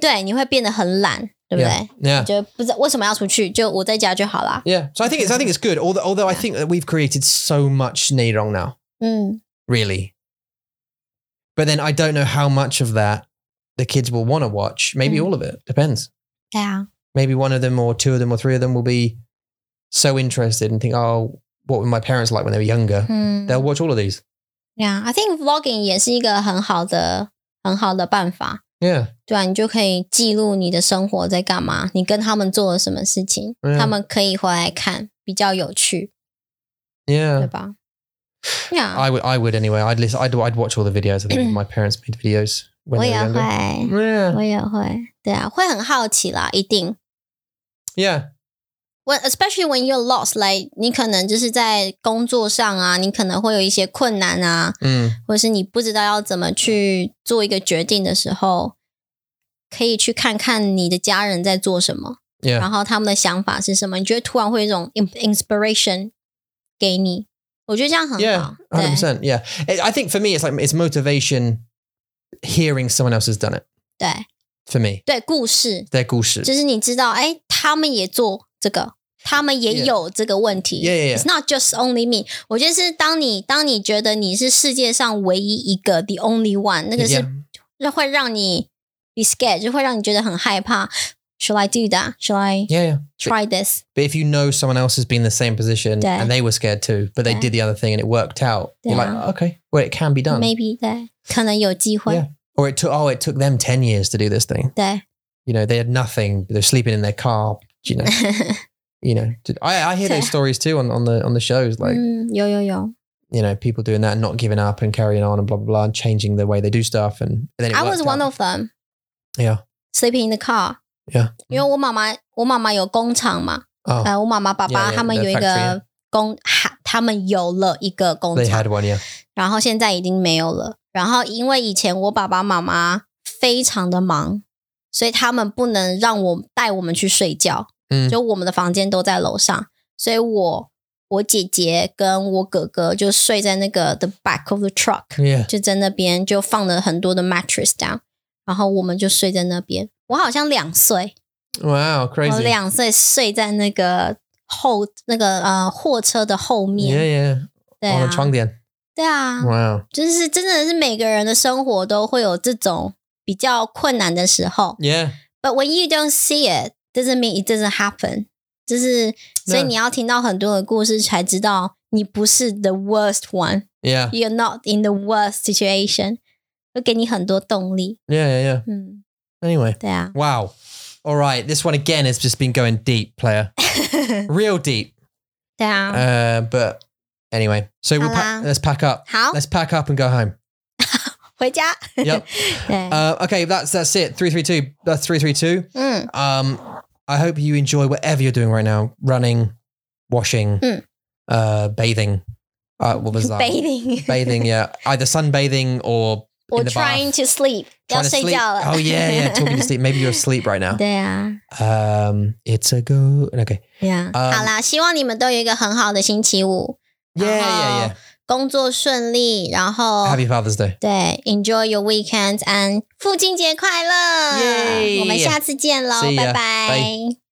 A: 对，你会变得很懒，对不
B: Yeah.
A: 对？
B: Yeah.
A: 就不知道为什么要出去，就我在家就好啦。
B: Yeah. So I think it's, I think it's good. Although, although I think that we've created so much Neirong now.
A: 嗯，
B: really. But then I don't know how much of that the kids will want to watch. Maybe
A: Mm.
B: all of it depends.
A: 对啊，
B: Maybe one of them, or two of them, or three of them will be so interested and think, "Oh, what were my parents like when they were younger?"
A: 嗯，
B: They'll watch all of these.
A: 对啊，I think vlogging 也是一个很好的很好的办法。
B: Yeah,
A: 对啊，你就可以记录你的生活在干嘛，你跟他们做了什么事情，
B: 嗯
A: 他们可以回来看，比较有趣，对
B: yeah.
A: 吧？呀、
B: I would, I would anyway. I'd listen. I'd, I'd watch all the videos. I think my parents made videos
A: 我
B: when they
A: 也
B: were
A: 会，
B: younger. Yeah,
A: 我也会，对啊，会很好奇啦，一定。
B: yeah,
A: When especially when you're lost, like 你可能就是在工作上啊，你可能会有一些困难啊，
B: mm.
A: 或者是你不知道要怎么去做一个决定的时候，可以去看看你的家人在做什么。
B: yeah,
A: 然后他们的想法是什么，你觉得突然会有一种 in- inspiration 给你，我觉得这样很
B: yeah.
A: 好。
B: Hundred
A: 对
B: percent. Yeah. It, I think for me, it's like it's motivation. Hearing someone else has done it
A: 对
B: for me.
A: 对，故事
B: Their 故事.
A: 就是你知道，哎，他们也做这个，他们也
B: Yeah.
A: 有这个问题。
B: Yeah, yeah, yeah.
A: It's not just only me。我觉得是当你当你觉得你是世界上唯一一个 the only one，那个
B: Yeah.
A: 是会让你 be scared，就会让你觉得很害怕。 Shall I do that? Shall I
B: Yeah, yeah.
A: try this?
B: But if you know someone else has been in the same position
A: Yeah.
B: and they were scared too, but they
A: Yeah.
B: did the other thing and it worked out, you're like,
A: Yeah.
B: "Oh, okay, well, it can be done.
A: Maybe 对，可能有机会。
B: Yeah. Or it took, oh, it took them 10 years to do this thing.
A: 对，
B: You know, they had nothing. They're sleeping in their car, you know, you know, I, I hear
A: Yeah. Mm.
B: those stories too on, on the, on the shows, like,
A: 嗯，有有有。
B: you know, people doing that and not giving up and carrying on and blah, blah, blah, and changing the way they do stuff. And, and then it
A: I was
B: worked out.
A: one of them.
B: Yeah.
A: Sleeping in the car.
B: Yeah.
A: 因为我妈妈，我妈妈有工厂嘛，
B: Oh,
A: 呃，我妈妈、爸
B: Yeah,
A: 爸
B: yeah,
A: 他们
B: the
A: 有一
B: factory, yeah.
A: 个工，哈，他们有了一个工
B: they
A: 厂
B: had，one, yeah.
A: 然后现在已经没有了。然后因为以前我爸爸妈妈非常的忙，所以他们不能让我带我们去睡觉，
B: 嗯
A: 就我们的房间都在楼上，所以我我姐姐跟我哥哥就睡在那个 the back of the truck，
B: Yeah.
A: 就在那边就放了很多的 mattress down，然后我们就睡在那边。我好像两岁，
B: Wow,
A: 我
B: crazy.
A: 两岁睡在那个后那个呃货车的后
B: Yeah,
A: 面，
B: yeah.
A: 对
B: On
A: 啊
B: the，床垫.
A: 对啊，
B: Wow.
A: 就是真的是每个人的生活都会有这种比较困难的时候。
B: Yeah.
A: But when you don't see it, doesn't mean it doesn't happen。就是所以
B: No.
A: 你要听到很多的故事才知道你不是 the worst one,
B: Yeah.
A: you're not in the worst situation，会给你很多动力。
B: Yeah, yeah, yeah.
A: 嗯，
B: Anyway.
A: 对 啊，
B: Wow. All right. This one again has just been going deep, player. Real deep.
A: 对啊。
B: Uh, but anyway, so we'll
A: Oh.
B: pa-
A: Hello.
B: let's pack up.
A: 好，
B: Let's pack up and go home.
A: 回家。
B: Yep.
A: 对，
B: Uh, okay, that's that's it. Three three two. That's three three two.
A: 嗯，
B: Um, I hope you enjoy whatever you're doing right now: running, washing,
A: Mm.
B: uh, bathing. Uh, what was that?
A: bathing
B: bathing. Yeah, either sunbathing or
A: or
B: in the
A: trying
B: bath.
A: to sleep，要
B: trying to
A: 睡
B: sleep.
A: 觉了。
B: Oh yeah, yeah. Talking to sleep. Maybe you're asleep right now.
A: 对啊。
B: Um, it's a go. Okay.
A: Yeah，、
B: 嗯
A: 好啦，希望你们都有一个很好的星期五，
B: Yeah, yeah, yeah.
A: 工作顺利，然后
B: Happy Father's Day.
A: 对，enjoy your weekend and 父亲节快乐
B: Yay
A: 我们下次见喽拜
B: See，ya，
A: 拜。
B: bye